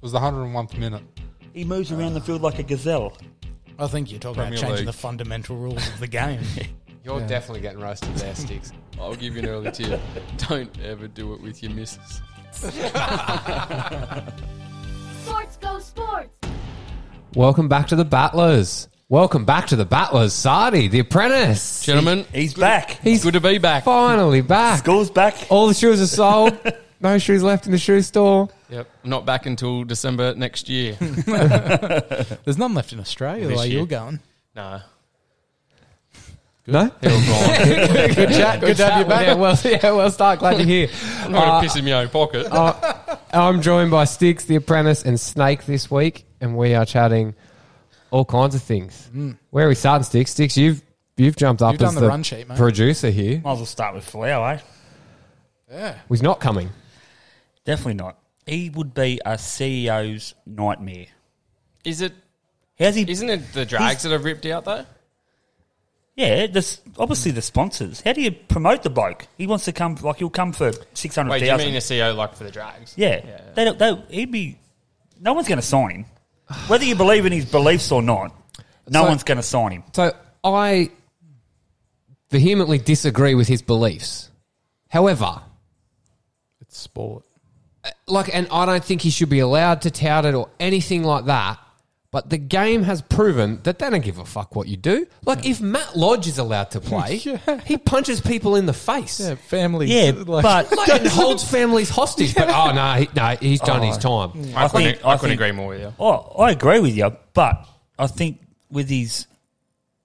was the 101th minute. He moves around the field like a gazelle. I think you're talking about Premier changing League. the fundamental rules of the game. You're definitely getting roasted there, Sticks. I'll give you an early tip. Don't ever do it with your missus. Sports go sports. Welcome back to the Battlers. Welcome back to the Battlers. Sadi, the apprentice. Gentlemen, He's back. He's good to be back. finally back. School's back. All the shoes are sold. No shoes left in the shoe store. Yep. Not back until December next year. There's none left in Australia the This way year. you're going. no. No? They're all gone. Good chat. Good, to have you back. Yeah, well, yeah, well, start. Glad you're here. I'm not going to piss in my own pocket. Uh, I'm joined by Sticks, The Apprentice, and Snake this week, and we are chatting all kinds of things. Where are we starting, Sticks? Sticks, you've you've jumped up You've done as the run sheet, mate. producer here. Might as well start with Falao, eh? He's not coming. Definitely not. He would be a CEO's nightmare. Is it? How's he? Isn't it the drags that have ripped out though? Yeah, this, obviously the sponsors. How do you promote the bloke? He wants to come, like he'll come for six hundred Wait, do you mean thousand. a CEO like for the drags? Yeah, They don't, they, he'd be. No one's going to sign him, whether you believe in his beliefs or not. No So- one's going to sign him. So I vehemently disagree with his beliefs. However, It's sport. like, and I don't think he should be allowed to tout it or anything like that. But the game has proven that they don't give a fuck what you do. Like, if Matt Lodge is allowed to play, he punches people in the face. Yeah, families. Yeah, like- but like, and holds families hostage. But oh no, he, no, he's done his Oh. Mm. time. I, I couldn't, think- I, I couldn't think- agree more with you. Oh, I agree with you, but I think with his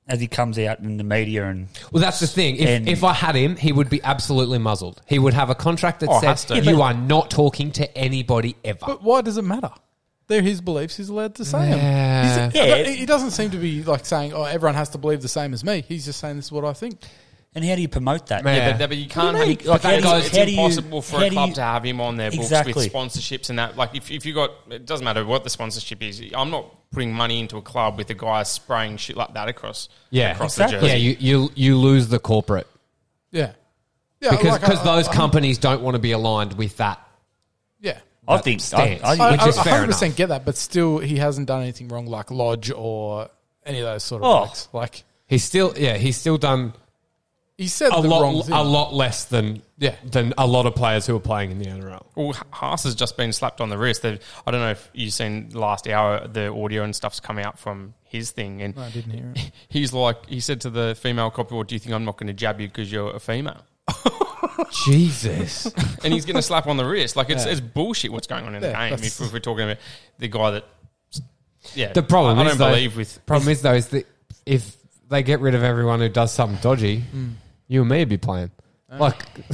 as he comes out in the media and Well, that's the thing. If, And- if I had him, he would be absolutely muzzled. He would have a contract that Oh, has says to. you are not talking to anybody ever. But why does it matter? They're his beliefs. He's allowed to say Uh, them. He's- Yeah. but he doesn't seem to be like saying, "Oh, everyone has to believe the same as me." He's just saying, "This is what I think." and how do you promote that? Man. Yeah, Yeah. but, but you can't. What do you Have, mean? Like, that how do you- goes- how it's do you- impossible for how a do club you- to have him on their books Exactly. with sponsorships and that. Like, if, if you got, it doesn't matter what the sponsorship is. I'm not putting money into a club with a guy spraying shit like that across. Yeah. across the Exactly. Yeah, jersey. you, you you lose the corporate Yeah, yeah, because like, I- because I- those I- companies don't want to be aligned with that. yeah. I think I, stance. I, I, Which I, is fair 100% get that, but still, he hasn't done anything wrong, like Lodge or any of those sort of Oh. blokes. Like He's still yeah he's still done he said a the wrong lot thing. a lot less than Yeah. than a lot of players who are playing in the NRL. Well, Ha- Haas has just been slapped on the wrist. They've, I don't know if you've seen the last hour, the audio and stuff's come out from his thing. And I didn't hear it. he's like, he said to the female copy, well, do you think I'm not going to jab you because you're a female? Jesus, And he's getting a slap on the wrist. Like, it's, it's bullshit what's going on in Yeah, the game. that's- If, if we're talking about the guy that, yeah. The problem I, I is don't though- believe with. Problem is though is that if they get rid of everyone who does something dodgy, you and me would be playing. Oh. Like,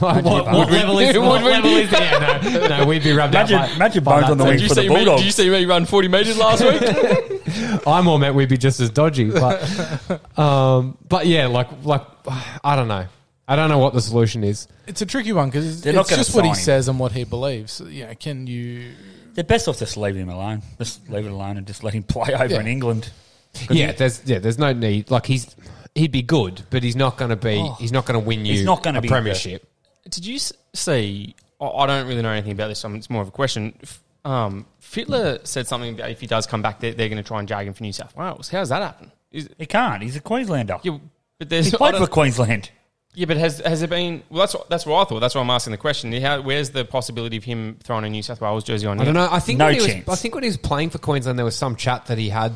like what, what Would we- level is would what we? level is yeah, no, no, we'd be rubbed imagine, out. By, imagine by bones that on the team. wing Did you, for the see me, did Bulldogs. you see me run 40 metres last week? I'm all meant we'd be just as dodgy, but um, but yeah, like like I don't know, I don't know what the solution is. It's a tricky one because They're not it's gonna just what he sign him. says and what he believes. Yeah, can you? They're best off just leaving him alone. Just leave it alone and just let him play over Yeah. in England. yeah, there's yeah, there's no need. Like he's he'd be good, but he's not going to be. Oh. he's not going to win you. He's not gonna a be the- premiership. Did you s- see? I- I don't really know anything about this. so It's more of a question. F- Um, Fittler said something about if he does come back, they're, they're going to try and jag him for New South Wales. How's that happen? Is, He can't. He's a Queenslander. yeah, but there's He I played don't- for Queensland. yeah, but has has there been? Well, that's what, that's what I thought. That's why I'm asking the question. How, where's the possibility of him throwing a New South Wales jersey on? I don't know. I think No when he was, chance. I think when he was playing for Queensland, there was some chat that he had.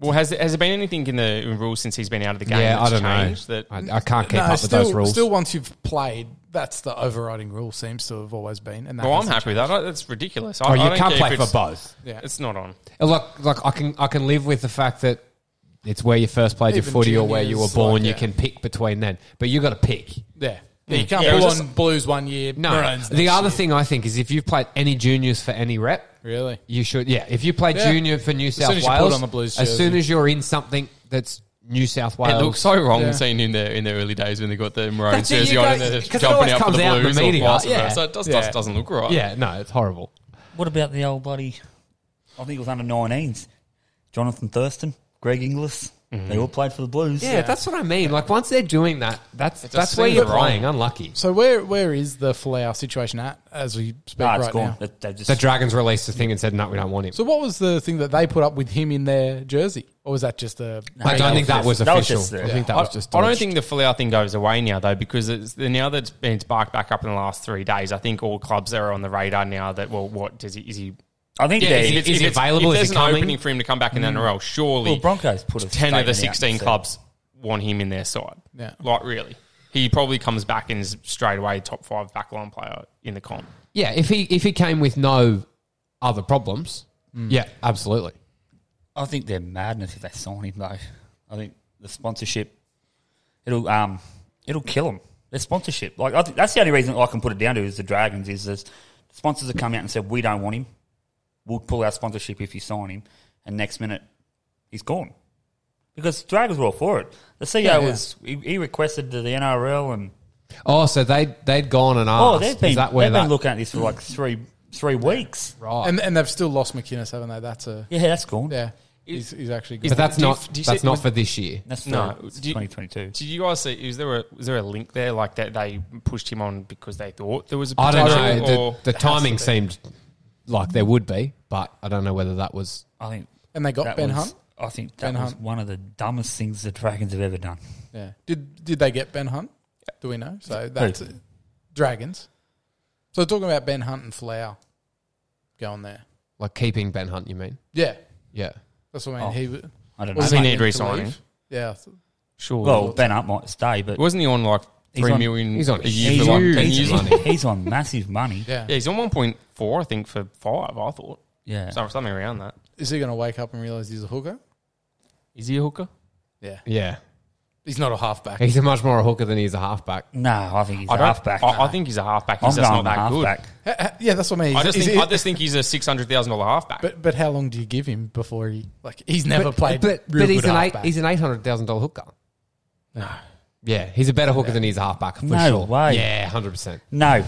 Well, has there, has there been anything in the in rules since he's been out of the game? Yeah, I that's don't changed know. That I, I can't keep No, up still, with those rules. still, once you've played, that's the overriding rule. Seems to have always been. And that well, Oh, I'm hasn't happy with that. I- That's ridiculous. I, oh, I you don't can't care if play for it's- both. Yeah. It's not on. And Look, look, I can I can live with the fact that it's where you first played your Even footy or where you were juniors, born. like, You yeah. can pick between then, but you got to pick. Yeah. yeah you can't Yeah, it pull was on Blues one year. No, Maroons the next other year. thing I think is if you've played any juniors for any rep, Really? you should. Yeah, if you play Yeah. junior for New soon South as you put Wales, on the Blues as soon jersey. as you're in something that's New South Wales, It looks so wrong Yeah. seeing him there in the early days when they got the Maroons That's it, you jersey on and guys- they're 'cause it jumping always out for comes the out in the Blues or media, vice yeah. versa. It does, Yeah. just doesn't look right. yeah, no, it's horrible. What about the old bloody? I think it was under 19s. Jonathan Thurston, Greg Inglis. Mm-hmm. They all played for the Blues. Yeah, that's what I mean. Like once they're doing that, that's a that's where you're single. playing unlucky. So where where is the Flower situation at as we speak Ah, it's right gone. now? They- they just- The Dragons released a thing and said, "No, we don't want him." So what was the thing that they put up with him in their jersey, or was that just a? I don't think that was that was official. just the- I think that I, was just. I don't dodged. think the Folau thing goes away now though, because it's, now that it's been sparked back up in the last three days, I think all clubs are on the radar now. That well, what does he? Is he? I think Yeah, they, if he- it's- is if it's- available? If Is there's he an coming? Mm-hmm. opening for him to come back in the NRL, surely well, Broncos put a ten of the statement out sixteen and said- clubs want him in their side. Yeah. like really, he probably comes back and is straight away top five backline player in the comp. Yeah, if he if he came with no other problems, yeah, absolutely. I think they're madness if they sign him though. I think the sponsorship it'll um it'll kill them. Their sponsorship, like I think that's the only reason I can put it down to is the Dragons is this sponsors have come out and said we don't want him. We'll pull our sponsorship if you sign him, and next minute he's gone because Dragons were all for it. The CEO Yeah, yeah. was he, he requested to the NRL and Oh, so they they'd gone and asked. oh they've been Ah, is that where they've that been looking at this for like three three weeks. right? And, and they've still lost McInnes, haven't they? That's a Yeah, that's gone. yeah. He's, he's actually good. but that's do you- not do you that's see- not was- for this year. That's No, do you- twenty twenty two. Did you guys see? Is there a was there a link there like that they pushed him on because they thought there was a I don't potential, know. or- The, the It has to timing be. seemed like there would be, but I don't know whether that was. I think And they got that Oh, Ben was- Hunt? I think that Ben was Hunt. one of the dumbest things the Dragons have ever done. Yeah. Did did they get Ben Hunt? Do we know? So that's it. Dragons. So talking about Ben Hunt and Flower going there. Like keeping Ben Hunt, you mean? Yeah, Yeah. that's what I mean. Oh, He w- I don't know. Does was he like need him to re-signing? leave. Yeah, Sure. well, Ben Hunt might stay, but wasn't he on like He's three on- million he's on a year he's, for on, like ten he's years? on- he's on massive money. yeah. Yeah, he's on one point four, I think, for five. I thought Yeah. so, something around that. Is he going to wake up and realize he's a hooker? Is he a hooker? Yeah, Yeah. he's not a halfback. He's a much more a hooker than he's a halfback. no, I think he's I a don't. halfback. I, I think he's a halfback. I'm He's just going not that halfback. yeah, that's what I mean. good. I just Is think. he- I just think he's a six hundred thousand dollar halfback. but but how long do you give him before he like he's never played? But real but he's good an eight, halfback. he's an eight hundred thousand dollar hooker. Yeah, he's a better hooker than he's a halfback for No sure. way. Yeah, hundred percent. No.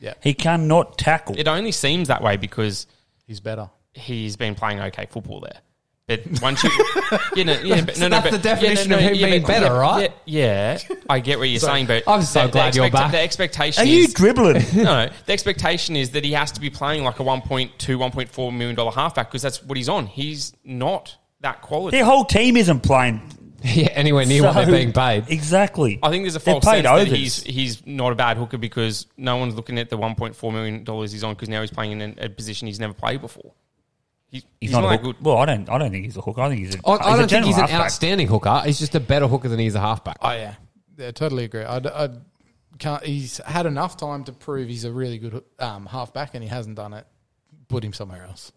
Yeah. He cannot tackle. it only seems that way because he's better. he's been playing okay football there. But once you, you know, yeah, but, So no, no, that's but, the definition of him being but- better, right? Yeah, yeah, I get what you're saying, but I'm so the- the glad you're back. The expectation Are you is- dribbling? no, the expectation is that he has to be playing like a 1.2, 1.4 million dollar halfback because that's what he's on. He's not that quality. Their whole team isn't playing. Yeah, anywhere near what So- they're being paid. Exactly. I think there's a They're false sense that overs. he's he's not a bad hooker because no one's looking at the 1.4 million dollars he's on because now he's playing in a, a position he's never played before. He- He's, not, a that hooker. good. Well, I don't. I don't think he's a hooker. I think he's a. I, I a don't think general he's an halfback. outstanding hooker. He's just a better hooker than he's a halfback. Oh yeah, yeah, totally agree. I, d- I can't. He's had enough time to prove he's a really good um, halfback, and he hasn't done it. Put him somewhere else.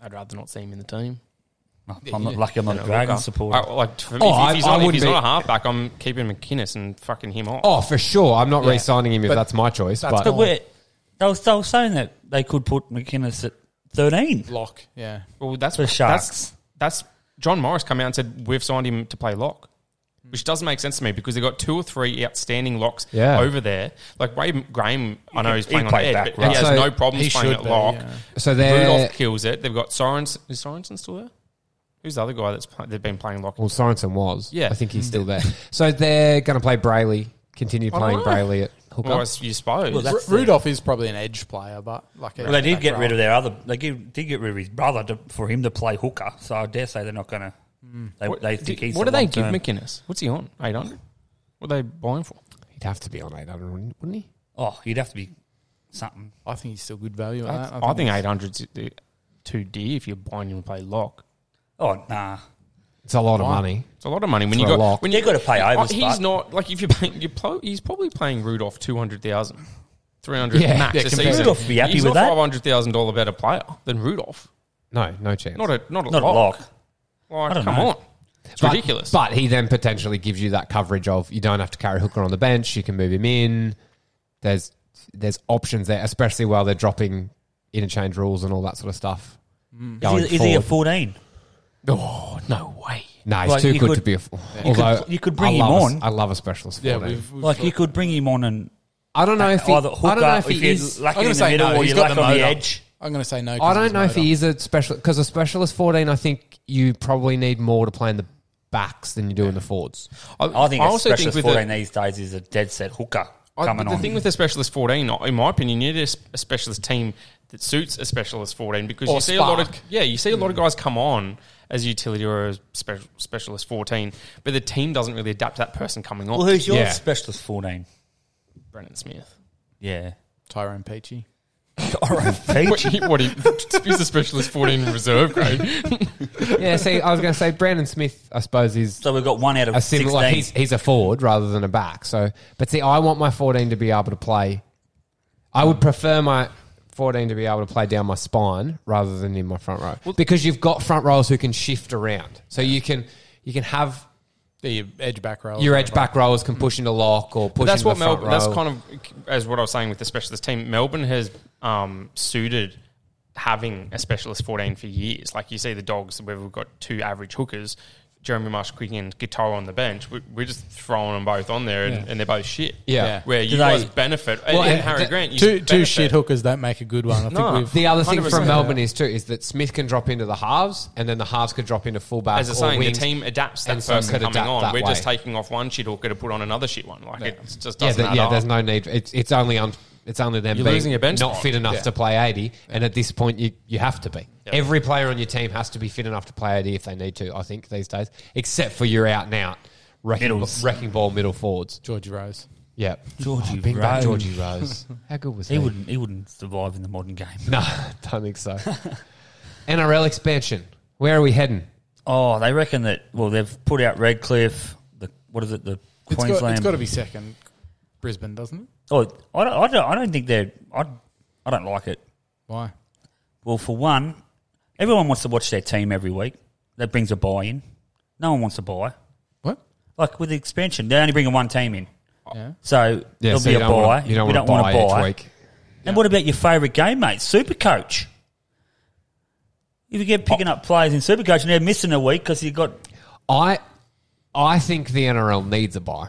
I'd rather not see him in the team. I'm not lucky. I'm not a Hooker. Dragon supporter. I- like, for me, Oh, if, I- he's, I not, if wouldn't he's be- not a halfback, I'm keeping McInnes and fucking him off. Oh, for sure. I'm not re-signing him if But that's my choice. that's but But where they were, they were saying that they could put McInnes at 13 Lock. Yeah. Well, that's for Sharks. That's, that's John Morris come out and said we've signed him to play lock, which doesn't make sense to me because they've got two or three outstanding locks Yeah. over there. Like Wade Graham, I know he's he playing on the played edge, back, but right? he has So no problems he playing should at be, lock. yeah. so they're Rudolph kills it. They've got Sorensen. Is Sorensen still there? Who's the other guy that's play, they've been playing lock? well, Sorensen was. Yeah. I think he's still there. So they're going to play Brayley. Continue playing know. Brayley at hooker. Well, I s- you suppose. Well, R- that's the- Rudolph is probably an edge player, but like Well, they did get rid of their other. They give, did get rid of his brother to, for him to play hooker. So I dare say they're not going to. They, they think he's. what do the they give long-term- McInnes? What's he on? Eight hundred. What are they buying for? He'd have to be on 800, wouldn't wouldn't he? Oh, he'd have to be something. I think he's still good value. at that. I, think eight hundred's too dear if you're buying him to play lock. Oh nah, It's a lot of money. It's a lot of money when you a got lock. when They've got to pay Oh, overs. he's but not like if you're paying, you're pro, he's probably playing Rudolph 200,000, 300 Yeah. max. Yeah, a compared season. to- Rudolph would be happy he's with not that. Five hundred thousand dollar better player than Rudolph. No, no chance. Not a not a Not a lock. lock. Like, I don't come know. on, it's But- ridiculous. But he then potentially gives you that coverage of you don't have to carry Hooker on the bench. You can move him in. There's there's options there, especially while they're dropping interchange rules and all that sort of stuff. Going Mm. Is, he, is he a forward. fourteen? oh no way. No, he's Like, too you good could- to be a. f- could- Although you could bring I him love a- on. I love a specialist. Yeah, Yeah, we've, we've Like you could bring him on and I don't know if he, I either don't hooker know if if, he you're is. lacking I'm in gonna the say middle no, or he's you're got lacking the on the motor. edge. I'm going to say no. I 'cause don't he's know if made he is a special because a specialist fourteen. I think you probably need more to play in the backs than you do in the forwards. I, I think a also think specialist with the, 14 these days is a dead set hooker I- coming the on. thing with a specialist 14, in my opinion, you need a, s- a specialist team that suits a specialist 14 because Or you see a lot of spark. yeah, you see a lot Mm. of guys come on as a utility or a special, specialist 14, but the team doesn't really adapt to that person coming on. well, who's your Yeah. specialist 14? Brennan Smith. Yeah. Tyrone Peachy. What, what he, he's a specialist 14 in reserve grade. yeah, see, I was going to say Brandon Smith, I suppose, is so we've got one out of a similar. Like 16. he's, he's a forward rather than a back. So, but see, I want my 14 to be able to play. I would prefer my 14 to be able to play down my spine rather than in my front row because you've got front rows who can shift around. So you can you can have The edge back row. your edge back rowers can push into lock or push. That's into what the front Melbourne. That's row. kind of as what I was saying with the specialist team. Melbourne has um, suited having a specialist fourteen for years. Like you see the dogs where we've got two average hookers, Jeremy Marsh, Quick and Guitar on the bench. We, we're just throwing them both on there, and, and they're both shit. Yeah. Yeah. where you Do guys they- benefit. and, Well, and and Harry th- Grant, you Two, two benefit. shit hookers don't make a good one. I think No. we've. The other thing 100%. from Melbourne is too is that Smith can drop into the halves, and then the halves could drop into fullback. As I was or saying, wings. the team adapts that and some person could coming adapt on. that We're just way. taking off one shit hooker to put on another shit one. Like it just yeah, doesn't the- add yeah. up. There's no need. It's it's only un, it's only them You're being losing your bench not spot. fit enough to play eighty, and at this point you you have to be. Yeah. Every player on your team has to be fit enough to play eighty if they need to. I think these days, except for your out and out wrecking, Middles. wrecking ball middle forwards. George Rose. Yeah, Georgie big bad Rose. Georgie Rose. How good was he? He wouldn't, he wouldn't survive in the modern game. No, don't think so. NRL expansion. Where are we heading? Oh, they reckon that, well, they've put out Redcliffe, the, what is it, the It's Queensland. got, it's got to be second. Brisbane, doesn't it? Oh, I don't, I don't, I don't think they're. I, I don't like it. Why? Well, for one, everyone wants to watch their team every week. That brings a buy in. No one wants to buy. What? Like with the expansion, they're only bringing one team in. Yeah. So there'll so be you a don't buy. wanna- you don't we wanna don't buy want to each buy. week. And what about your favourite game, mate? Supercoach. If you get picking up players in Supercoach and they're missing a week because you got. I I think the NRL needs a buy.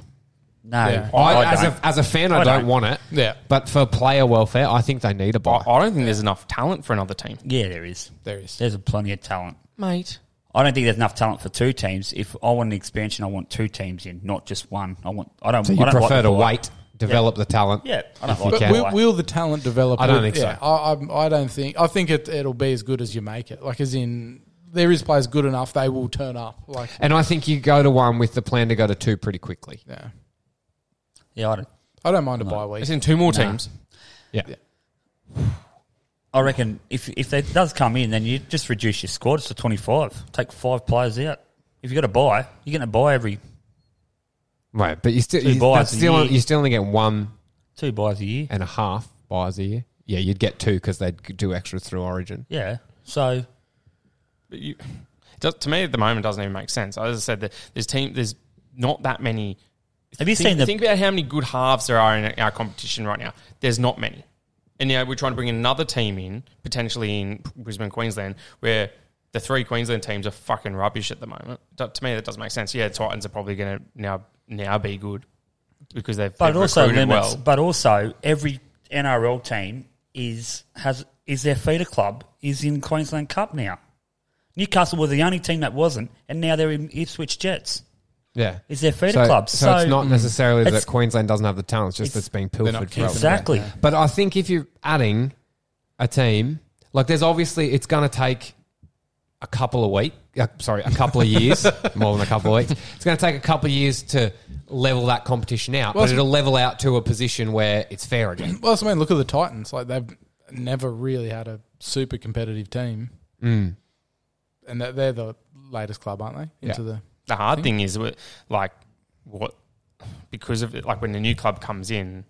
No. Yeah. I, as, a, as a fan, I, I don't, don't. want it. Yeah. But for player welfare, I think they need I, a buy. I don't think there's enough talent for another team, yeah, there is. There is. There's plenty of talent. mate. I don't think there's enough talent for two teams. If I want an expansion, I want two teams in, not just one. I want. I don't. so you I don't like prefer the to buy. wait, develop the talent. Yeah, I don't If you like But the can. buy. will, will the talent develop? I don't think so. I, I'm- I, don't think. I think it, it'll be as good as you make it. Like, as in, there is players good enough, they will turn up. Like, And I think you go to one with the plan to go to two pretty quickly. yeah. Yeah, I, don't, I don't mind a bye week. It's in two more teams. Yeah. I reckon if if that does come in, then you just reduce your squad to twenty five. Take five players out. If you got to buy, you're going to buy every Right. But you still, Two you, buys that's a still year. you still only get one two buys a year. and a half buys a year. Yeah, you'd get two because they'd do extra through Origin. Yeah. So But you, it does, to me, at the moment, it doesn't even make sense. As I said, the, there's team, there's not that many. have you think, seen the? think about how many good halves there are in our competition right now. There's not many, and now we're trying to bring another team in, potentially in Brisbane, Queensland, where the three Queensland teams are fucking rubbish at the moment. To to me, that doesn't make sense. Yeah, Titans are probably going to now now be good because they've, but they've also recruited limits. well. But also every NRL team is has is their feeder club is in Queensland Cup now. Newcastle were the only team that wasn't, and now they're in Ipswich Jets. Yeah. Is their feeder So, club? so it's not necessarily It's- that Queensland doesn't have the talent, it's just It's- it's being not pilfered from. keeping exactly. But I think if you're adding a team, like there's obviously it's going to take a couple of weeks. Uh, sorry, a couple of years, more than a couple of weeks. It's going to take a couple of years to level that competition out, but it's- it'll level out to a position where it's fair again. Well, that's what I mean, look at the Titans. Like, they've never really had a super competitive team. And they're, they're the latest club, aren't they? Into Mm. Yeah. the. the hard thing is with- like what because of it, like when the new club comes in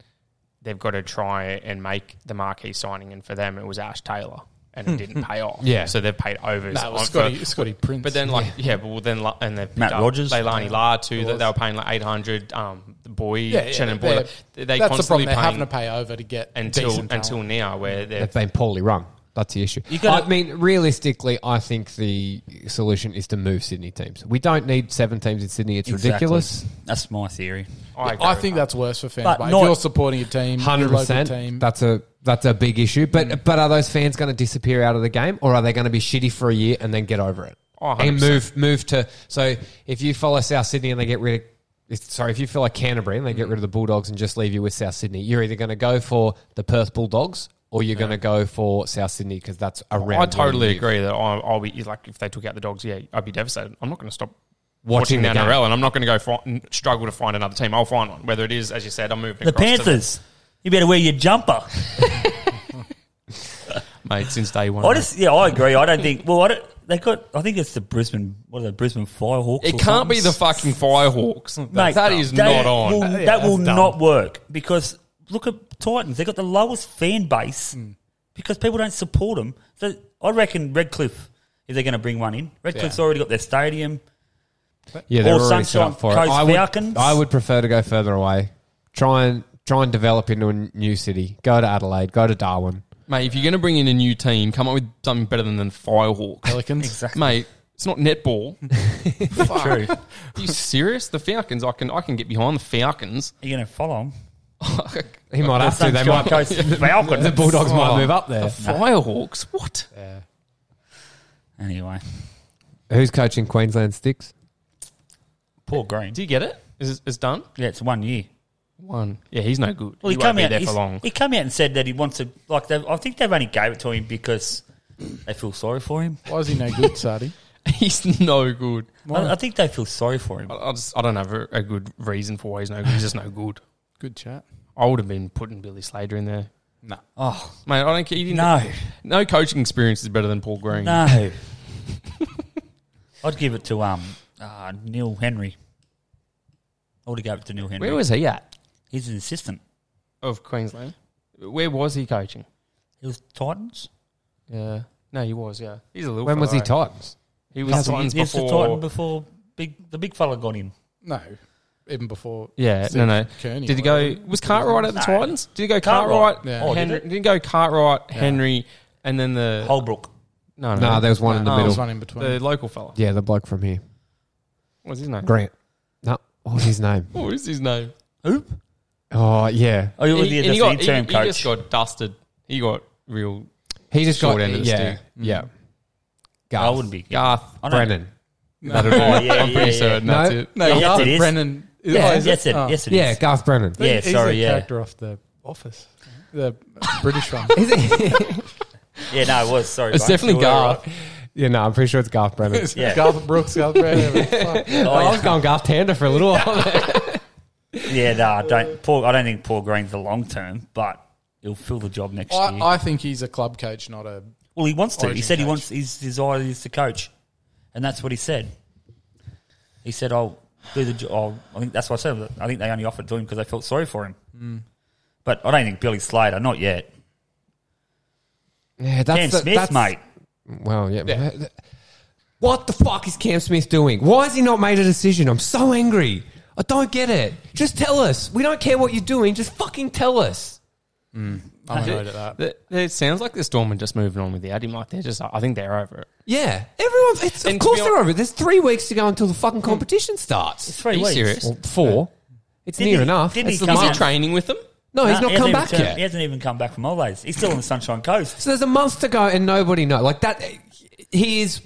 they've got to try and make the marquee signing and for them it was ash taylor and it didn't pay off Yeah. so they've paid overs No, it was on- Scotty, for- Scotty Prince. but then like yeah, but well then la- and they Matt Rogers. Leilani La too that was. they were paying like 800 um the boy yeah, yeah, Shannon they're- Boy they, they that's the problem. constantly They're having paying to pay over to get until decent talent. until now where they're They've been poorly run. That's the issue. gotta- I mean, realistically, I think the solution is to move Sydney teams. We don't need seven teams in Sydney. It's ridiculous. Exactly. That's my theory. I, agree I with think that. that's worse for fans. But But, not- if you're supporting your team, Hundred your local team, percent. That's a that's a Mm. big issue. But but are those fans going to disappear out of the game, or are they going to be shitty for a year and then get over it? Oh, and 100%. move move to. So if you follow South Sydney and they get rid of, it's- sorry, if you follow Canterbury and they get rid of the Bulldogs and just leave you with South Sydney, you're either going to go for the Perth Bulldogs or you're going to go for South Sydney because that's around. I where totally you live. agree that I'll, I'll be like if they took out the dogs, yeah, I'd be devastated. I'm not going to stop watching, Watching the the game. NRL, and I'm not going to go fi- struggle to find another team. I'll find one, whether it is as you said, I'm moving. The across to Panthers. You better wear your jumper. mate, since day one. I just, yeah, I agree. I don't think. Well, I don't, they got. I think it's the Brisbane. What are they? Brisbane Firehawks. It or can't be something. the fucking Firehawks. Mate, that is they not on. Will, that will not work because look at Titans. They got the lowest fan base because people don't support them. So I reckon Redcliffe. If they're going to bring one in, Redcliffe's already got their stadium. Yeah, they're Or already set Sunshine up for it. Coast I would, Falcons. I would prefer to go further away. Try and try and develop into a n- new city. Go to Adelaide. Go to Darwin. Mate, if you're going to bring in a new team, come up with something better than the Firehawks. Pelicans. Exactly. Mate, it's not netball. True. Are you serious? The Falcons, I can I can get behind the Falcons. You're going to follow them. He might have to. They might. Coast Falcons. The Bulldogs might move up there. Firehawks? What? Anyway, Who's coaching Queensland Sticks? poor Green. Do you get it? Is it's done? Yeah, it's one year. One. Yeah, he's no good. Well, he, he came won't be out. there he's- for long. He came out and said that he wants to. Like, they- I think they've only gave it to him because they feel sorry for him. Why is he no good, Sardi? He's no good. I, I think they feel sorry for him. I, I just I don't have a, a good reason for why he's no good. He's just no good. Good chat. I would have been putting Billy Slater in there. No. Oh Mate, I don't care. He didn't, no, no coaching experience is better than Paul Green. no. I'd give it to um uh, Neil Henry. I would have gave it to Neil Henry. Where was he at? He's an assistant. Of Queensland. Where was he coaching? He was Titans. Yeah. No, he was, yeah. He's a little When was he fella, Titans? eh? He was Couple Titans years- yes, before. the Titan before big the big fella got in. No. Even before. Yeah, Steve no, no. Kearney did he or go? whatever. Was Cartwright at the No. Titans? Did he go Cartwright. Cartwright? Yeah. Oh, did Henry, it? did he go Cartwright, Henry, and then the Holbrook. no, no, No, there was one in the No, middle. there's one in between. the local fella. Yeah, the bloke from here, What's his name? Grant. No, what was his name? What was his name? Who? Oh yeah, Oh, you were He- the and that's he the got- he- interim He coach. just got dusted. He got real he just Short got end of the yeah, stick. yeah. Mm. I Garth. wouldn't be. Garth. I don't- Brennan. Oh, yeah, I'm yeah, pretty yeah. certain that's No. it. No, Yeah, Garth it is. Brennan. Yeah, Oh, is yes, it, Oh. yes, it is. Yeah, Garth Brennan. Yeah, He's sorry, the yeah. character off The Office. The British one. Yeah, no, it was. Sorry. It's Grant. definitely You were right. Garth. Yeah, no, I'm pretty sure it's Garth Brennan. Yeah. Garth Brooks, Garth Brandon. Fuck. Oh, I was yeah. going Garth Panda for a little while. Yeah, no, I don't. Paul, I don't think Paul Green's the long term, but he'll fill the job next year. I, I think he's a club coach, not a. well, he wants to. He Origin said he coach. wants. His desire is to coach, and that's what he said. He said, "I'll do the job." I think that's what I said. I think they only offered it to him because they felt sorry for him. Mm. But I don't think Billy Slater. Not yet. yeah, that's Cam the- Smith, that's- mate. Well, yeah. What the fuck is Cam Smith doing? Why has he not made a decision? I'm so angry. I don't get it. Just tell us. We don't care what you're doing. Just fucking tell us. I'm annoyed at that. Th- It sounds like the Storm are just moving on without him. Like they're just, I think they're over it. Yeah, everyone. It's, of And to course be they're hon- over. it. There's three weeks to go until the fucking competition starts. Three Are you weeks. serious? Well, four. It's Did near he- enough. did It's he the come month. out? Training with them. No, Oh, he's No, not he come hasn't back even turned- yet. He hasn't even come back from holidays. He's still on the Sunshine Coast. So there's a month to go, and nobody knows. Like that, he is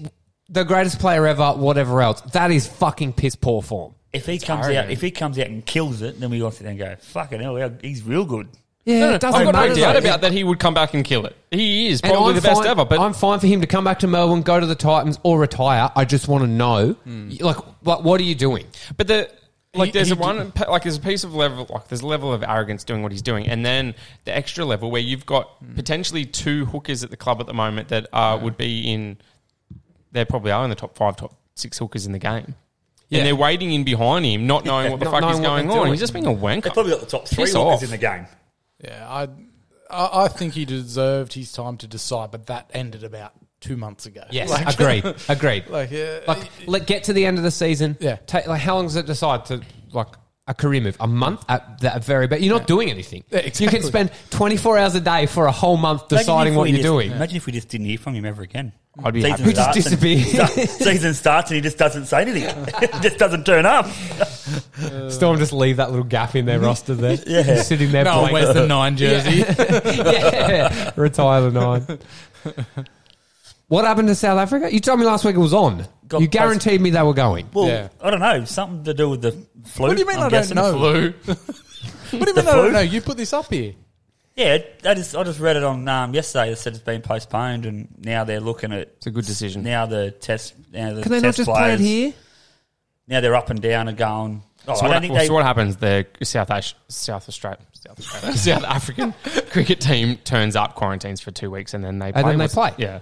the greatest player ever. Whatever else, that is fucking piss poor form. If he comes tiring. out, if he comes out and kills it, then we all sit there and go, "Fucking hell, yeah, he's real good." Yeah, No, no, it doesn't I've got matter. no doubt though. about that. He would come back and kill it. He is And probably the best fine, ever. But I'm fine for him to come back to Melbourne, go to the Titans, or retire. I just want to know, Hmm. like, what, what are you doing? But the like He- there's he a one pa- like there's a piece of level like there's a level of arrogance doing what he's doing, and then the extra level where you've got Hmm. potentially two hookers at the club at the moment that uh, would be in. They probably are in the top five, top six hookers in the game, Yeah. and they're waiting in behind him, not knowing what the Not fuck is knowing what going they're on. doing. He's just being a wanker. They've probably got the top three Piss lockers off. in the game. Yeah, I, I, I think he deserved his time to decide, but that ended about two months ago. Yes, Like- agreed, agreed. Like, uh, yeah, like, let get to the end of the season. Yeah. take, like, how long does it decide to like a career move? A month at that very best. You're not doing anything. Yeah, You can exactly. spend 24 hours a day for a whole month Imagine deciding if what we you're just- doing. Imagine if we just didn't hear from him ever again. I'd be happy. He just starts and- disappeared. sta- season starts and he just doesn't say anything. just doesn't turn up. Storm just leave that little gap in their roster there. yeah. Sitting there. no, blank. where's the nine jersey? yeah. Retire the nine. What happened to South Africa? You told me last week it was on. Got you guaranteed me they were going. Well, Yeah. I don't know. Something to do with the flu. What do you mean I'm I'm I do guessing. not know? what do you mean I flu? don't know? Oh, You put this up here. Yeah, I just I just read it on um, yesterday. They said it's been postponed, and now they're looking at It's a good decision. now the test. Now the Can they not test just play players, it here? Now they're up and down and going. Oh, So I what, don't think well, they. so what happens? The South Ash, South Australia, South, Australia, South African cricket team turns up, quarantines for two weeks, and then they play. then they What's- play. Yeah,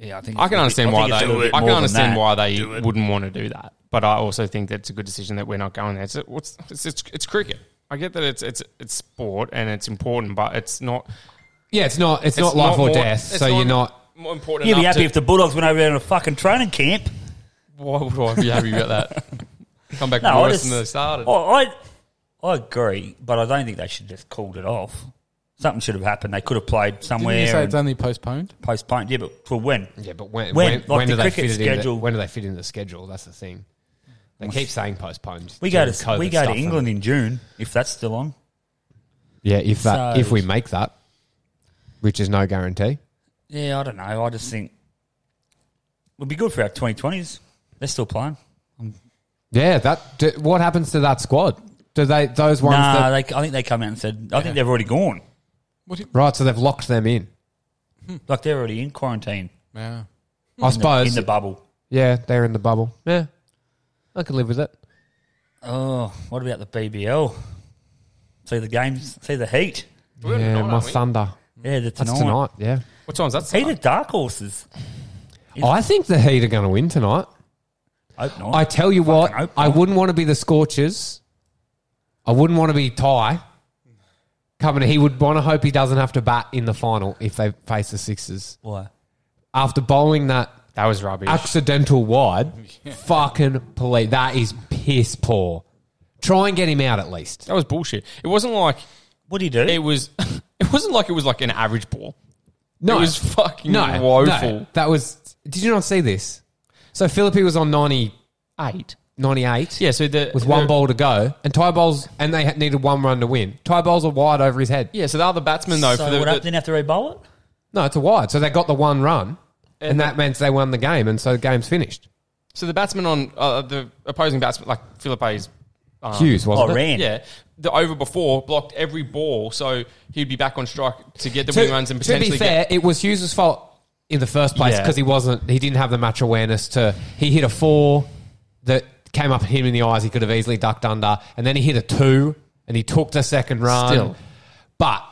yeah, I think I can understand why think it's a little they. bit I can more than understand that. why they wouldn't want to do that, but I also think that's a good decision that we're not going there. It's it's, it's, it's, it's cricket. I get that it's it's it's sport and it's important, but it's not. Yeah, it's not. It's, It's not life or more- death. it's So you're not. more important. You'd be enough happy to- if the Bulldogs went over there on a fucking training camp. Why would I be happy about that? Come back No, I worse just, than they started. Oh, I, I agree, but I don't think they should have called it off. Something should have happened. They could have played Didn't somewhere you say it's and only postponed? postponed. Yeah, but for when? Yeah, but When, when when, like when the do they cricket fit it in? The, schedule- when do they fit in the schedule? That's the thing. They keep saying postponed. We go due to COVID we go to stuff and- England in June if that's still on. Yeah, if that So- if we make that, which is no guarantee. Yeah, I don't know. I just think it would be good for our 2020s. They're still playing. Yeah, that. d what happens to that squad? Do they those ones? Nah, that, they, I think they come out and said, I think they've already gone. right, so they've locked them in. Like they're already in quarantine Yeah. I suppose. in the bubble. yeah, they're in the bubble. Yeah, I could live with it. Oh, what about the BBL? See the games, see the heat. yeah, my thunder. Yeah, the That's tonight. tonight. Yeah, What time's that? Heat Start? of dark horses. I think the Heat are going to win tonight. Hope not. I tell you what, hope I not. wouldn't want to be the Scorchers. I wouldn't want to be Ty. Coming, he would want to hope he doesn't have to bat in the final if they face the Sixers. Why? After bowling that That was rubbish. accidental wide, fucking police. That is piss poor. Try and get him out at least. that was bullshit. It wasn't like What do you do? it was. It wasn't like it was like an average ball. No, It was fucking woeful. that was. Did you not see this? So Philippi was on 90, Eight. 98 Yeah. So the with one the- ball to go, and Ty bowls, and they had- needed one run to win. Ty bowls are wide over his head. Yeah. So the other batsman though so for the, what happened? the Didn't have to re-bowl it. No, it's a wide. So they got the one run, and, that meant they won the game, and so the game's finished. so the batsman on uh, the opposing batsman like Philippe's um, Hughes wasn't Oh, it? ran. Yeah. The over before blocked every ball, so he'd be back on strike to get the To, wing runs and to potentially be fair, get. it was Hughes' fault in the first place Yeah. because he wasn't. He didn't have the match awareness to. He hit a four that came up at him in the eyes. He could have easily ducked under, and then he hit a two, and he took the second run. Still. but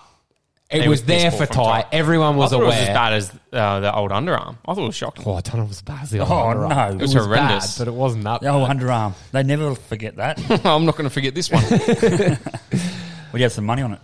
it It was, was there piss for poor from Ty. Ty. Everyone I was thought it was as aware. bad as uh, the old underarm. I thought it was shocking. oh, I don't know. It was bad. as the Oh, other one. no. it It was, was horrendous. bad, but it wasn't that. The old underarm. Oh, They never forget that. Would I'm not going to forget this one. you have some money on it?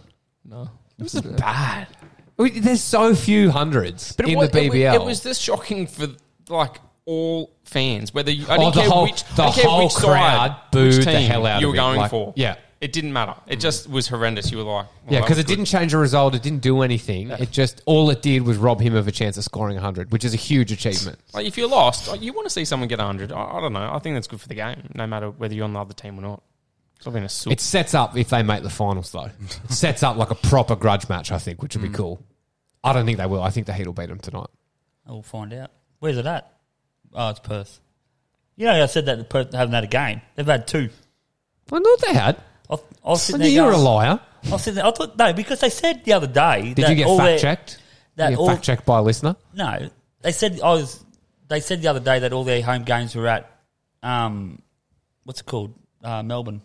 It was bad. We- There's so few hundreds But it in was, the it was- BBL. It was, this shocking for like all fans, whether you, I Oh, didn't the care whole- which, the I didn't care whole which side, crowd booed which the team hell out you of were it, going like- for. yeah. Mm. it didn't matter. It just was horrendous. You were like, well, Yeah, that because was it good. didn't change the result. It didn't do anything. It just all it did was rob him of a chance of scoring 100, which is a huge achievement. Like, if you're lost, like, you want to see someone get 100. I, I don't know. I think that's good for the game, no matter whether you're on the other team or not. It's all been a It suit. sets up if they make the finals, though. It sets up like a proper grudge match, I think, which would be cool. I don't think they will. I think the Heat will beat them tonight. We'll find out. Where's it at? Oh, it's Perth. You know, I said that Perth haven't had a game. They've had two. I know what they had. I, I was I sitting knew there you were a going- liar. I was sitting there, I thought no, because they said the other day. Did that you get all their- fact checked? Did That you get all, fact checked by a listener? No, they said I was. They said the other day that all their home games were at, um, what's it called, uh, Melbourne.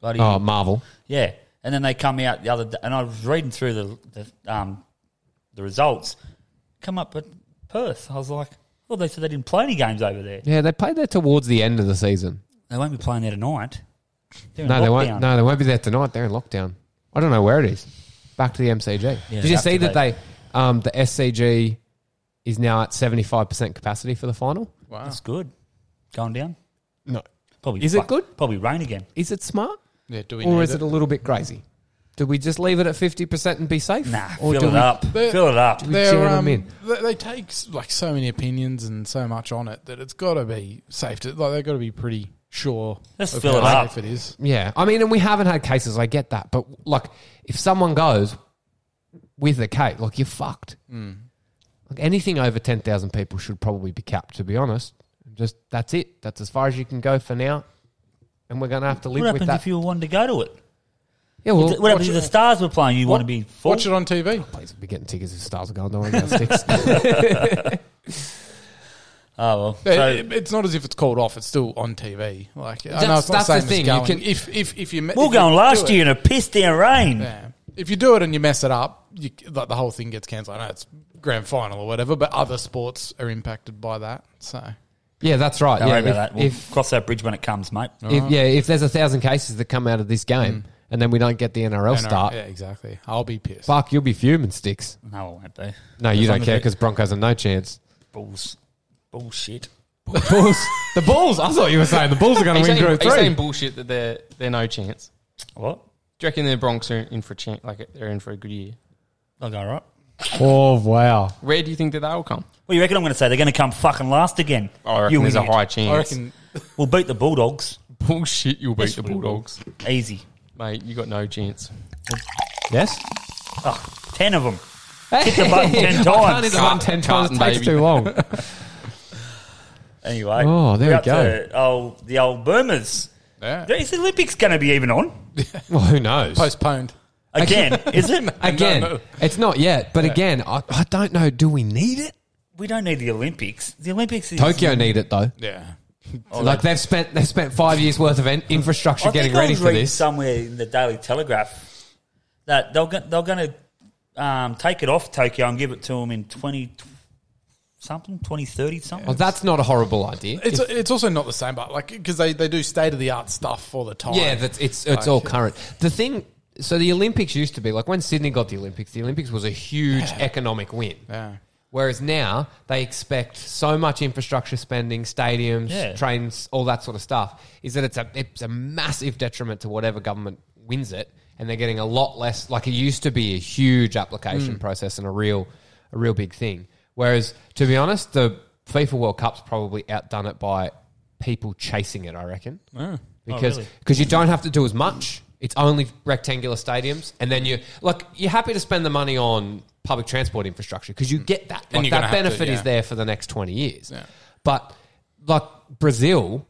Bloody Oh, Marvel. yeah, and then they come out the other day, and I was reading through the the, um, the results. Come up at Perth, I was like, well, they said they didn't play any games over there. Yeah, they played there towards the end of the season. They won't be playing there tonight. They're in No, they won't. lockdown. No, they won't be there tonight. They're in lockdown. I don't know where it is. Back to the MCG. Did you back see to that they, um, the SCG is now at seventy five percent capacity for the final? that's good. Going down. No. Probably Is it fuck- good? Probably rain again. Is it smart Yeah, do we or need is it? it? a little bit crazy? Do we just leave it at fifty percent and be safe? Nah, or fill do it we- up. But- Fill it up. We jam They're, 'em um, in. they, they take s- like so many opinions and so much on it that it's got to be safe to like they've got to be pretty sure Let's of fill how it up. safe it is. Yeah, I mean, and we haven't had cases. I get that, Hmm. but like, if someone goes with a case, like you're fucked. Like anything over 10,000 people should probably be capped, to be honest. Just that's it. That's as far as you can go for now. And we're going to have to live What with happens that. if you wanted to go to it? yeah, well, what happens watch if it- the stars were playing? You want to be full? Watch it on TV. Please, we'll be getting tickets if stars are going. Don't worry about sticks. Oh well. It- So, it- it's not as if it's called off. It's still on TV. Like I know That's- it's not that's the saying thing, thing. you Going. can- if if if you me- we'll if you go on last do it- year in a piss down rain. yeah. If you do it and you mess it up, you, like the whole thing gets cancelled. I know it's grand final or whatever, but other sports are impacted by that. So yeah, that's right. Don't yeah, worry about if, that. We'll if- cross that bridge when it comes, mate. if- yeah, if there's a thousand cases that come out of this game, and then we don't get the NRL NRL start, uh, Yeah, exactly. I'll be pissed. fuck, you'll be fuming sticks. No, I won't be. No, you long don't as care they- because Broncos have no chance. Bulls. Bullshit. Bulls, the Bulls. I thought you were saying the Bulls are going Are to you, win saying, Group are you saying Three. bullshit that they're they're no chance? What? Do you reckon the Bronx are in for a chance? Like they're in for a good year. They'll go right. Oh wow! Where do you think that they will come? What do you reckon I'm going to say? They're going to come fucking last again. I reckon You there's idiot. a high chance. I reckon We'll beat the Bulldogs. bullshit. You'll beat Yes, the we will. Bulldogs, Easy. mate. You got no chance. Yes. Oh, 10 of them. Hit the button 10 I can't times. hit the button ten times. It takes too long. Anyway. Oh, there we're we up go. to, oh, the old Boomers. yeah. Is the Olympics going to be even on? well, who knows? postponed. Again, is it? again, No, no. it's not yet. But again, I, I don't know. Do we need it? We don't need the Olympics. The Olympics is. Tokyo need it though. Yeah. like they've spent they've spent five years worth of en- infrastructure I getting think I ready was for reading this. somewhere in the Daily Telegraph that they're go- they're going to um, take it off Tokyo and give it to them in twenty something, twenty thirty something. well, that's not a horrible idea. It's it's also not the same, but like because they, they do state of the art stuff all the time. yeah, that's it's it's all current. The thing, so the Olympics used to be like when Sydney got the Olympics. The Olympics was a huge economic win. Yeah. Whereas now they expect so much infrastructure spending, stadiums, Yeah. trains, all that sort of stuff, is that it's a it's a massive detriment to whatever government wins it, and they're getting a lot less. Like it used to be a huge application process and a real a real big thing. Whereas to be honest, the FIFA World Cup's probably outdone it by people chasing it. I reckon Oh, because really? because you don't have to do as much. It's only rectangular stadiums, and then you like you're happy to spend the money on public transport infrastructure because you get that. Mm. And Like, you're that gonna have to, benefit is yeah. there for the next twenty years. Yeah. But like Brazil,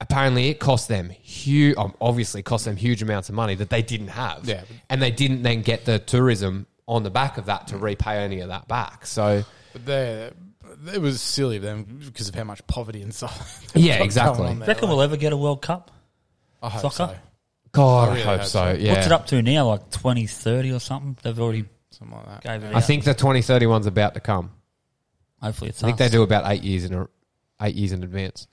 apparently it cost them huge. Um, obviously, cost them huge amounts of money that they didn't have. Yeah. and they didn't then get the tourism on the back of Mm. that to repay any of that back. So But they it was silly of them because of how much poverty and stuff. Yeah, they've got exactly. going on there. Reckon Like, we'll ever get a World Cup? I hope soccer? so. God, I, really hope hope so. so. Yeah, What's it up to now? Like twenty thirty or something? They've already something like that. gave it. I think the 2030 one's about to come. Hopefully, it's. I think they do about eight years in a, eight years in advance.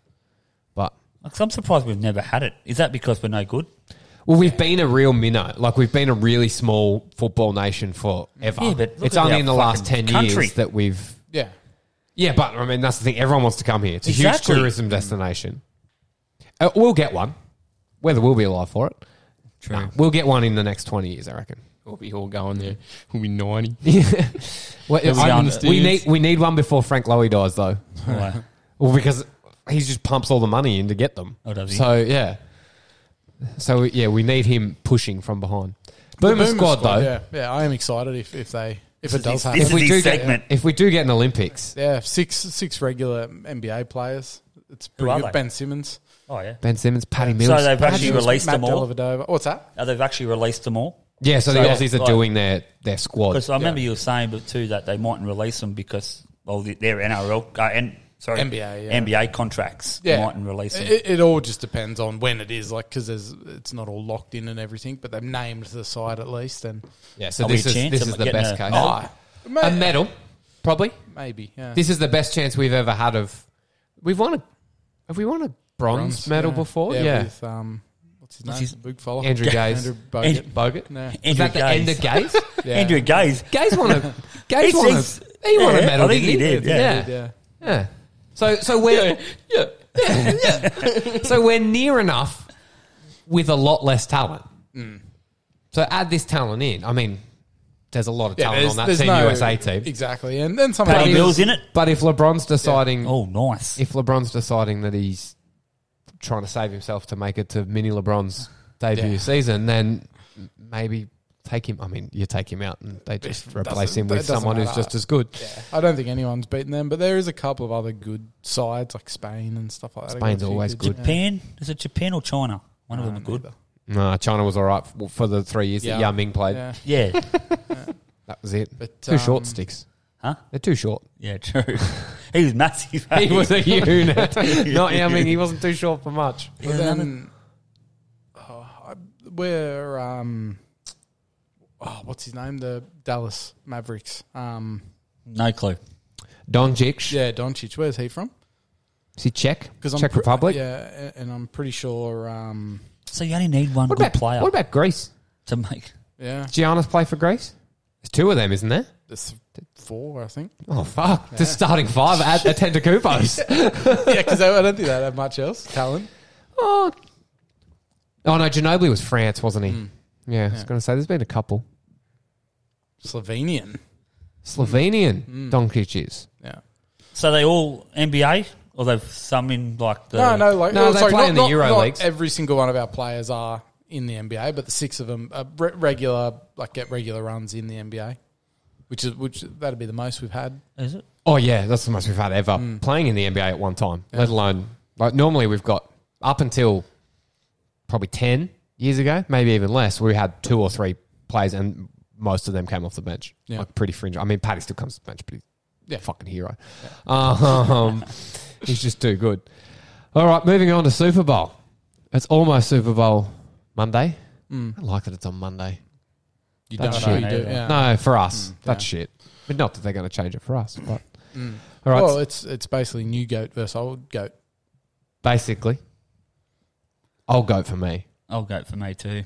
But I'm surprised we've never had it. Is that because we're no good? well, we've been a real minnow. Like we've been a really small football nation forever. Yeah, but look it's at only our in the last ten fucking country. years that we've. Yeah. Yeah, but I mean that's the thing. Everyone wants to come here. It's a Exactly. huge tourism destination. Uh, we'll get one. Whether we'll be alive for it, True. Nah, we'll get one in the next twenty years. I reckon. We'll be all going there. We'll be ninety. Well, we I'm- go. we need we need one before Frank Lowy dies, though. Why? Well, because he just pumps all the money in to get them. Oh, does he? So yeah. So yeah, we need him pushing from behind. Boomer, Boomer squad, though. Yeah, yeah. I am excited if, if they if it This does happen. is we his do get- segment. If we do get an Olympics, yeah, six six regular NBA players. It's are pretty they? good. Ben Simmons. Oh yeah. Ben Simmons, Paddy Mills. they've Paddy actually Mills. Simmons, released Matt them all? Dellavedova. What's that? Now they've actually released them all. yeah. So, So, the Aussies are like- doing their their squad. Because I remember you were saying but too that they mightn't release them because well the- their NRL uh, and sorry NBA, yeah. NBA contracts mightn't release them. It, it all just depends on when it is, like because it's not all locked in and everything. But they've named the side at least, and yeah. So Are we this a is chance this of is the getting best a case. medal? Ah, A may- medal, probably. maybe. Yeah. This is the best chance we've ever had of. We've won a. Have we won a bronze, medal yeah. before? Yeah. With, um, what's his name? his- Big fella. Andrew Gaze. Andrew Bogut. Andrew- Bogut. No. Is that the end of Gaze? Yeah. Andrew Gaze. Gaze won a. Gaze He's- won a. he's- He won a yeah, medal. I think didn't he did, yeah. yeah. Yeah. Yeah. So so we're yeah, yeah, so we're near enough with a lot less talent. So add this talent in. I mean, there's a lot of Yeah, talent on that there's Team no- USA team. Exactly. And then some Paddy others- Mills in it. But if LeBron's deciding, Oh, nice. if LeBron's deciding that he's trying to save himself to make it to mini LeBron's debut Yeah. season, then maybe Take him. I mean, you take him out and they just It replace doesn't- him that with doesn't someone who's matter. just as good. I don't think anyone's beaten them, but there is a couple of other good sides like Spain and stuff like that. Spain's always good. Japan? Is it Japan or China? One of Yeah. them are good. Neither. No, China was all right for, for the three years Yeah. that Yao Ming played. Yeah. Yeah. That was it. But, too short um, sticks. Huh? They're too short. Yeah, true. he was massive. eh? He was a unit. Not Yao Ming. He wasn't too short for much. But then oh, I, we're um, oh, what's his name? The Dallas Mavericks. Um, No clue. Don Jic. yeah, Doncic. Where's he from? Is he Czech? 'Cause I'm Czech pre- Republic? Yeah, a- and I'm pretty sure. Um, So you only need one What good about, player what about Greece? to make. yeah, Does Giannis play for Greece? There's two of them, isn't there? it's four, I think. Oh, fuck. The starting five at Atenta Kupos. yeah, because I don't think they have much else talent. Oh. oh, no. Ginobili was France, wasn't he? Yeah, I was Yeah. going to say, there's been a couple. Slovenian. Slovenian Doncic is. Yeah. So they all NBA, or they've some in like the No, no, like No, oh, they sorry, play not, in the not- Euro not leagues. Every single one of our players are in the NBA, but the six of them are re- regular, like get regular runs in the NBA, which is which that'd be the most we've had. Is it? Oh yeah, that's the most we've had ever Hmm. playing in the NBA at one time. Let alone like normally we've got up until probably ten years ago, maybe even less. We had two or three players, and most of them came off the bench. Yeah. Like pretty fringe. I mean, Paddy still comes to the bench, but he's Yeah. a fucking hero. Um, he's just too good. All right, moving on to Super Bowl. It's almost Super Bowl Monday. I like that it's on Monday. You That's know, shit. you do, Hmm. yeah. Hmm. No, for us, that's shit. But not that they're going to change it for us. But all right, Well, it's it's basically new goat versus old goat. basically. I'll go for me. I'll go for me too.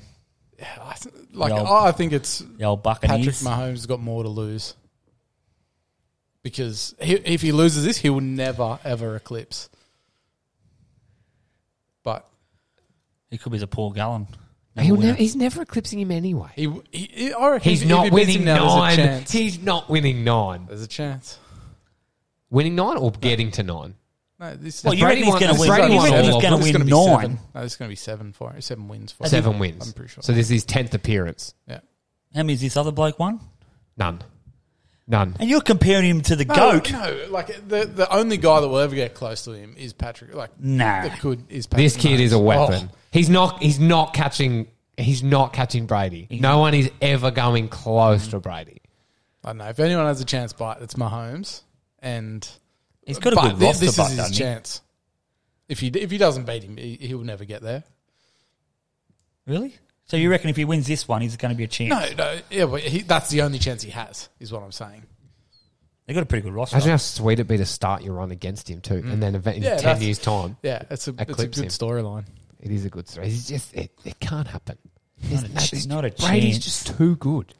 I th- Like The old- I I think it's The old Patrick Buccaneers. Mahomes has got more to lose because he, if he loses this, he will never ever eclipse. But He could be the Paul Gallen. He'll Never never, win it. he's never eclipsing him anyway. he, he, he I reckon He's if he not beats winning him now, There's a nine. chance. He's not winning nine. There's a chance. Winning nine or getting to nine? No, this Well, is you Brady reckon he's going won- to this win? Brady You won reckon all he's of going them. to It's win gonna be nine? Seven. No, it's going to be seven for it. Seven wins for it. Seven wins. I'm pretty sure. So this is his tenth appearance. yeah. How many's this other bloke won? None. None. And you're comparing him to the goat? No, like the the only guy that will ever get close to him is Patrick. Like Nah. that could is Patrick This kid Mahomes. is a weapon. Oh, He's not. He's not catching. He's not catching Brady. No one is ever going close Mm. to Brady. I don't know if anyone has a chance, but it's Mahomes, and He's got a but good thi- roster, This but is doesn't his he? chance. If he if he doesn't beat him, he, he will never get there. Really? So you reckon if he wins this one, he's going to be a champ? No, no, yeah, but he, that's the only chance he has. Is what I'm saying. They got a pretty good roster. Imagine how sweet it'd be to start your run against him too, and then in Mm. Yeah, ten that's- years' time, Yeah, it's a it's a Eclipse good him. storyline. It is a good story. It's just it, it can't happen. Not a It's- ch- it's- not a Brady's chance. just too good.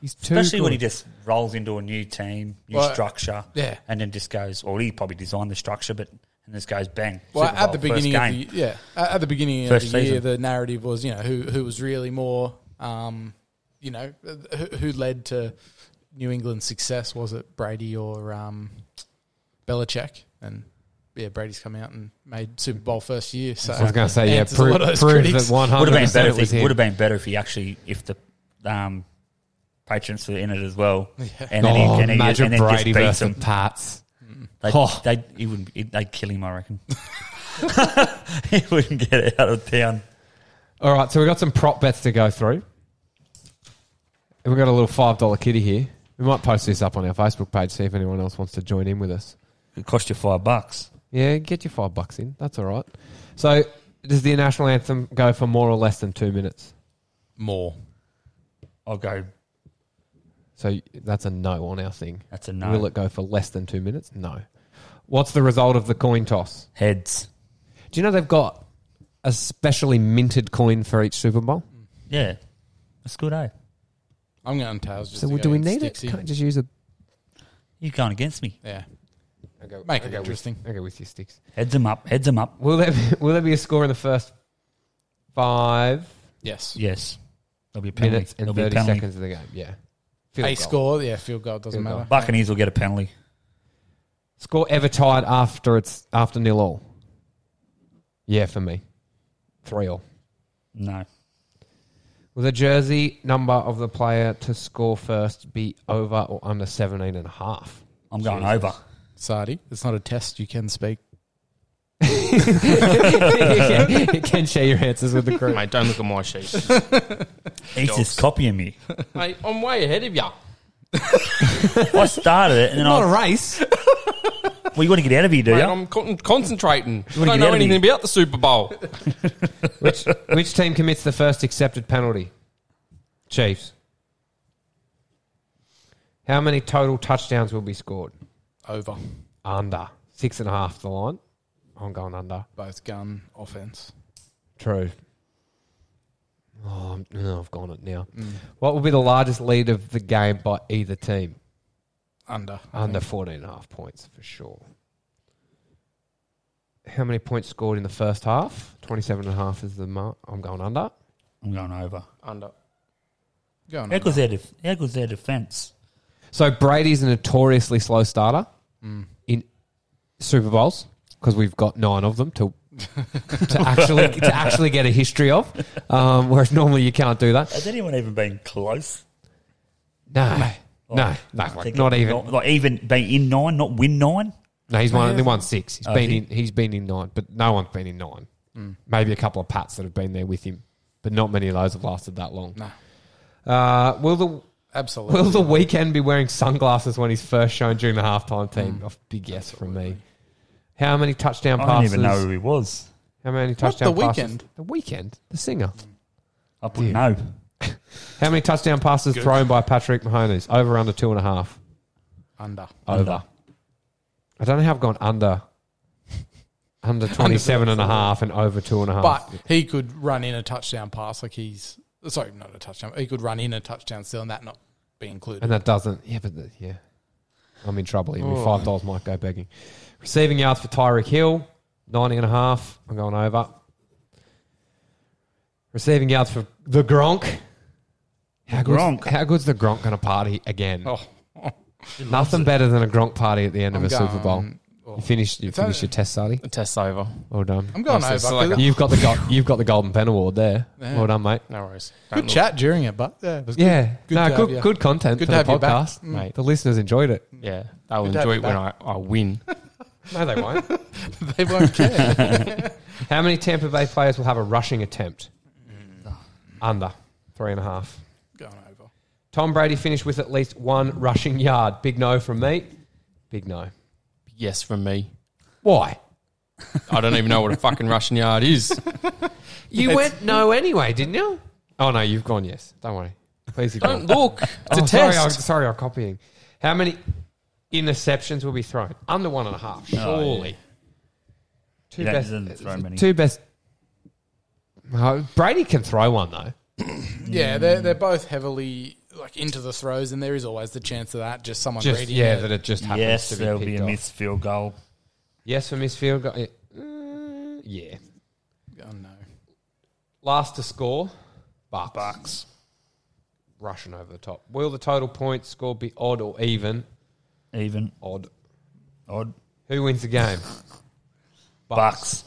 He's too Especially good. when he just rolls into a new team, new Well, structure, yeah. and then just goes. Or he probably designed the structure, but and this goes bang. Well, Super at the Bowl, first beginning game. of the yeah, at at the beginning of First the year, season. the narrative was you know who who was really more, um, you know, who, who led to New England's success? Was it Brady or um, Belichick? And yeah, Brady's come out and made Super Bowl first year. So I was going to say, yeah, answers a prove, lot of those prove critics. that one would hundred have been percent better. it was If he, would him. have been better if he actually if the um, patrons were in it as well. And then Oh, he, and he, imagine and then Brady just beats versus them. the Pats. They, Oh. they, he wouldn't. he- They'd kill him. I reckon. he wouldn't get out of town. All right, so we got some prop bets to go through. We've got a little five dollar kitty here. We might post this up on our Facebook page, see if anyone else wants to join in with us. It cost you five bucks. Yeah, get your five bucks in. That's all right. So, does the national anthem go for more or less than two minutes? more. I'll go. So that's a no on our thing. That's a no. Will it go for less than two minutes? No. What's the result of the coin toss? Heads. Do you know they've got a specially minted coin for each Super Bowl? Yeah, that's good, eh? I'm going tails. Just So to well, go do we against need it? Dixie. Can't just use a. You going against me? Yeah, I'll go, Make it I'll go interesting. With, I'll go with your sticks. Heads them up. Heads them up. Will there be, will there be a score in the first five yes. Yes. There'll be a penalty. minutes and There'll thirty be a penalty. seconds of the game? Yeah. A Field goal. score, yeah, field goal doesn't Field goal. matter. Buccaneers will get a penalty. Score ever tied after it's after nil all. Yeah, for me, three all. No. Will the jersey number of the player to score first be over or under 17 and a half? I'm going Jesus. over. Sardi, it's not a test. You can speak. you, can, you can share your answers with the crew. Mate, don't look at my sheet. He's just copying me. Mate, I'm way ahead of you. I started it, and then Not a I. race. Well, you want to get out of here, do Mate, you? I'm con- concentrating. I get don't know out of anything about the Super Bowl. Which, which team commits the first accepted penalty? Chiefs. How many total touchdowns will be scored? Over. Under. Six and a half the line. I'm going under. Both gun, offense. True. Oh, I'm- no, I've gone it now. What will be the largest lead of the game by either team? Under. Under 14 and a half points for sure. How many points scored in the first half? 27 and a half is the mark. I'm going under. I'm going over. Under. Going How on. good's their, def- how good's their defense? So Brady's a notoriously slow starter Mm. in Super Bowls because we've got nine of them to to actually to actually get a history of. Um, whereas normally you can't do that. Has anyone even been close? No, no, no, Oh, I like, think not even. Not, like even being in nine, not win nine. No, he's won. They won six. He's Oh, Mm. been in. did He's been in nine, but no one's been in nine. Maybe a couple of pats that have been there with him, but not many of those have lasted that long. Uh, will the Absolutely. Will the weekend be wearing sunglasses when he's first shown during the halftime team? A big yes from me. How many touchdown Mm. I don't passes? even know who he was. How many touchdown The passes? Weeknd? The weekend, the singer. Mm. I put no. How many touchdown passes thrown by Patrick Mahomes? Over under two and a half. Under. Over. I don't know how I've gone under. Under 27 and a half and over two and a half. But he could run in a touchdown pass like he's. Sorry, not a touchdown. He could run in a touchdown still and that not be included. And that doesn't. Yeah, but the, yeah, I'm in trouble. Even Oh. five dollars might go begging. Receiving yards for Tyreek Hill, 90 and a half. I'm going over. Receiving yards for the Gronk. How good's, Gronk. How good's the Gronk going to party again? Oh. Nothing better than a Gronk party at the end I'm of a Super Bowl. going- oh. You finished. You It's only- finished your test, Sardi. The test's over. Well done. I'm going Nice, it's over. like a- You've got the gold, you've got the golden pen award there. Well done, mate. No worries. good chat during it, but yeah, it was good. Yeah, Good to no, have good, you. good content Good for to the have you back. podcast. Mate. The listeners enjoyed it. Yeah, they'll to have enjoy you it when I, I win. No, they won't. They won't care. How many Tampa Bay players will have a rushing attempt? Mm. Under three and a half. going over. Tom Brady finished with at least one rushing yard. Big no from me. Big no. yes, from me. Why? I don't even know what a fucking Russian yard is. You went no anyway, didn't you? Oh no, you've gone yes. Don't worry. Please you Don't look. It's oh, a sorry, test. I'm, sorry, I'm copying. How many interceptions will be thrown? Under one and a half, surely. Two You don't- best. doesn't throw many. Two best. No, Brady can throw one though. Yeah, they're they're both heavily like into the throws, and there is always the chance of that just someone Just reading yeah, it. that it just happens Yes, to be there'll picked be a off. missed field goal. Yes for Miss Field goal. Yeah. Mm, yeah. oh no, Last to score, Bucks. Bucks. Rushing over the top. Will the total points scored be odd or even? Even. Odd. Odd. Who wins the game? Bucks.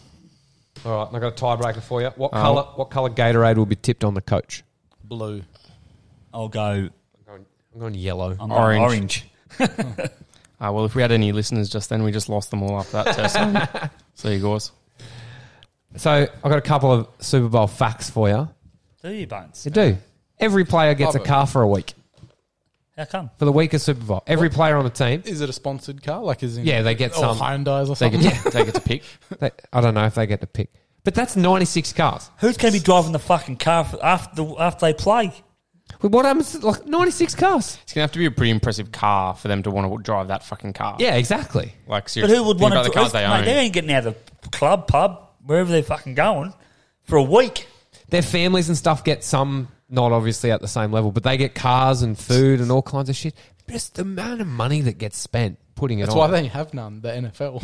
All right, and I've got a tiebreaker for you. What color? What color Gatorade will be tipped on the coach? blue. I'll go I'm going, I'm going yellow. I'm Orange. orange. orange. Ah, well, if we had any listeners just then, we just lost them all after that test. See you guys. So I've got a couple of Super Bowl facts for you. Do you, Bones? You do. Every player gets Love a it. car for a week How come? for the week of Super Bowl. Every player on the team. Is it a sponsored car? Like is in Yeah, they get or some. Hyundai's or They something. get, yeah, They get to pick. they, I don't know if they get to pick, but that's ninety six cars. Who's going to be driving the fucking car for after after they play? Well, what happens? Like ninety six cars. It's going to have to be a pretty impressive car for them to want to drive that fucking car. Yeah, exactly. Like, But seriously. who would think want to? about the cars they own? Mate, they ain't getting out of the club, pub, wherever they're fucking going for a week. Their families and stuff get some, not obviously at the same level, but they get cars and food and all kinds of shit. Just the amount of money that gets spent putting it That's why on. they have none. The NFL.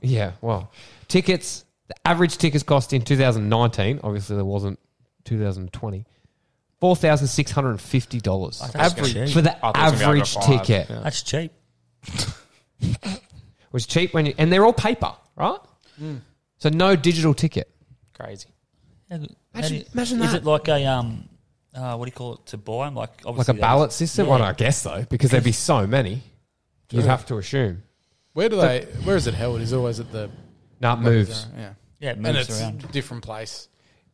yeah, well, tickets. The average tickets cost in 2019. Obviously, there wasn't 2020. Four thousand six hundred and fifty dollars cheap. for the I thought it was gonna be average under five. ticket. Yeah. That's cheap. It was cheap when you, and they're all paper, right? So no digital ticket. Crazy. How do- Imagine- how do- imagine Is that. it like a um? uh, what do you call it to buy them? Like Like obviously a ballot system? Well, no, I guess so, because there'd be so many. You'd have to assume. Where do they? Where is it held? Is it always at the No, it moves. Yeah, Yeah, it and moves it's around. different place.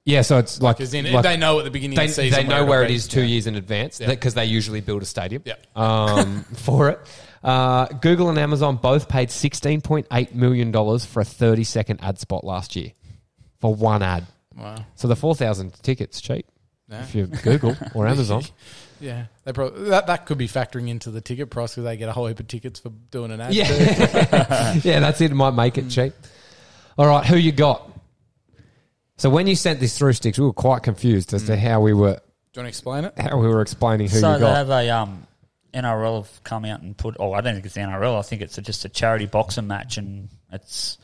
Yeah, so it's like, Because in like- they know at the beginning they, of the season they know where it be. is two years in advance because they usually build a stadium Yeah. um, for it. Uh, Google and Amazon both paid sixteen point eight million dollars for a thirty second ad spot last year for one ad. Wow. So the four thousand tickets cheap Yeah. if you Google or Amazon. Yeah, they probably that, that could be factoring into the ticket price because they get a whole heap of tickets for doing an ad. too. yeah, yeah, that's it. It might make it cheap. All right, who you got? So when you sent this through, sticks, we were quite confused as to how we were Do you want to explain it? how we were explaining who so you they got. have a um, NRL have come out and put. Oh, I don't think it's the NRL. I think it's a, just a charity boxing match, and it's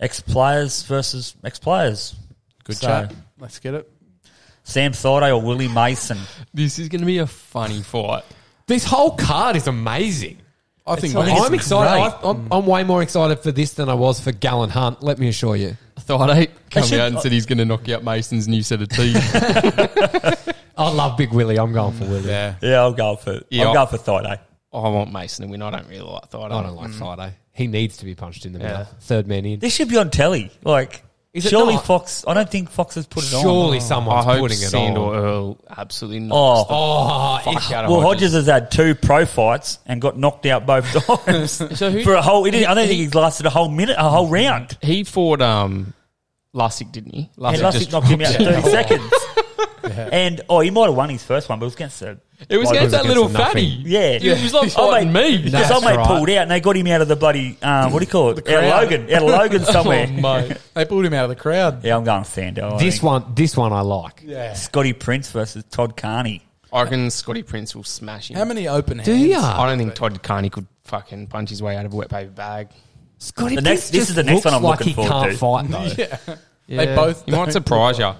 ex players versus ex players. Good So, chat. Let's get it. Sam Thorday or Willie Mason. This is going to be a funny fight. This whole card is amazing. I think not- Mason- I'm excited. great. I've- I'm, I'm way more excited for this than I was for Gallon Hunt. Let me assure you. Thought I come should- out and said he's going to knock out Mason's new set of teeth. I love Big Willie. I'm going for Willie. yeah. Yeah, I'll go for Yeah. I'll go for Thorday. I want Mason to win. I don't really like Thought. I don't like Friday. He needs to be punched in the Hmm. Yeah. mouth. Third man in. This should be on telly. Like Is it surely not? Fox. I don't think Fox has put it on. Surely I someone's hope putting it on. Sandor Earl absolutely Oh, knocks oh, the fuck out of well, Hodges. Hodges has had two pro fights and got knocked out both times So who- for a whole. He didn't, I don't he- think he's lasted a whole minute, a whole Mm-hmm. round. He fought um, Lussick, didn't he? And Lussick Lussick just knocked him out in thirty seconds. And oh, he might have won his first one, but it was against the It was Like, against that against little the nothing. fatty. yeah. He was like Oh, fighting mate, me. Because That's old mate right. pulled out and they got him out of the bloody um, what do you call it? Out of crowd. Logan, out of Logan somewhere. mate. They pulled him out of the crowd. yeah, I'm going Sando. I Oh. This think. one, this one I like. Yeah. Scotty Prince versus Todd Carney. I reckon Scotty Prince will smash him. How many open hands? Do ya? I don't think Todd Carney could fucking punch his way out of a wet paper bag. Scotty The next- Pitt this just is the next looks one I'm like looking he forward can't to. fight though. They both. He might surprise you.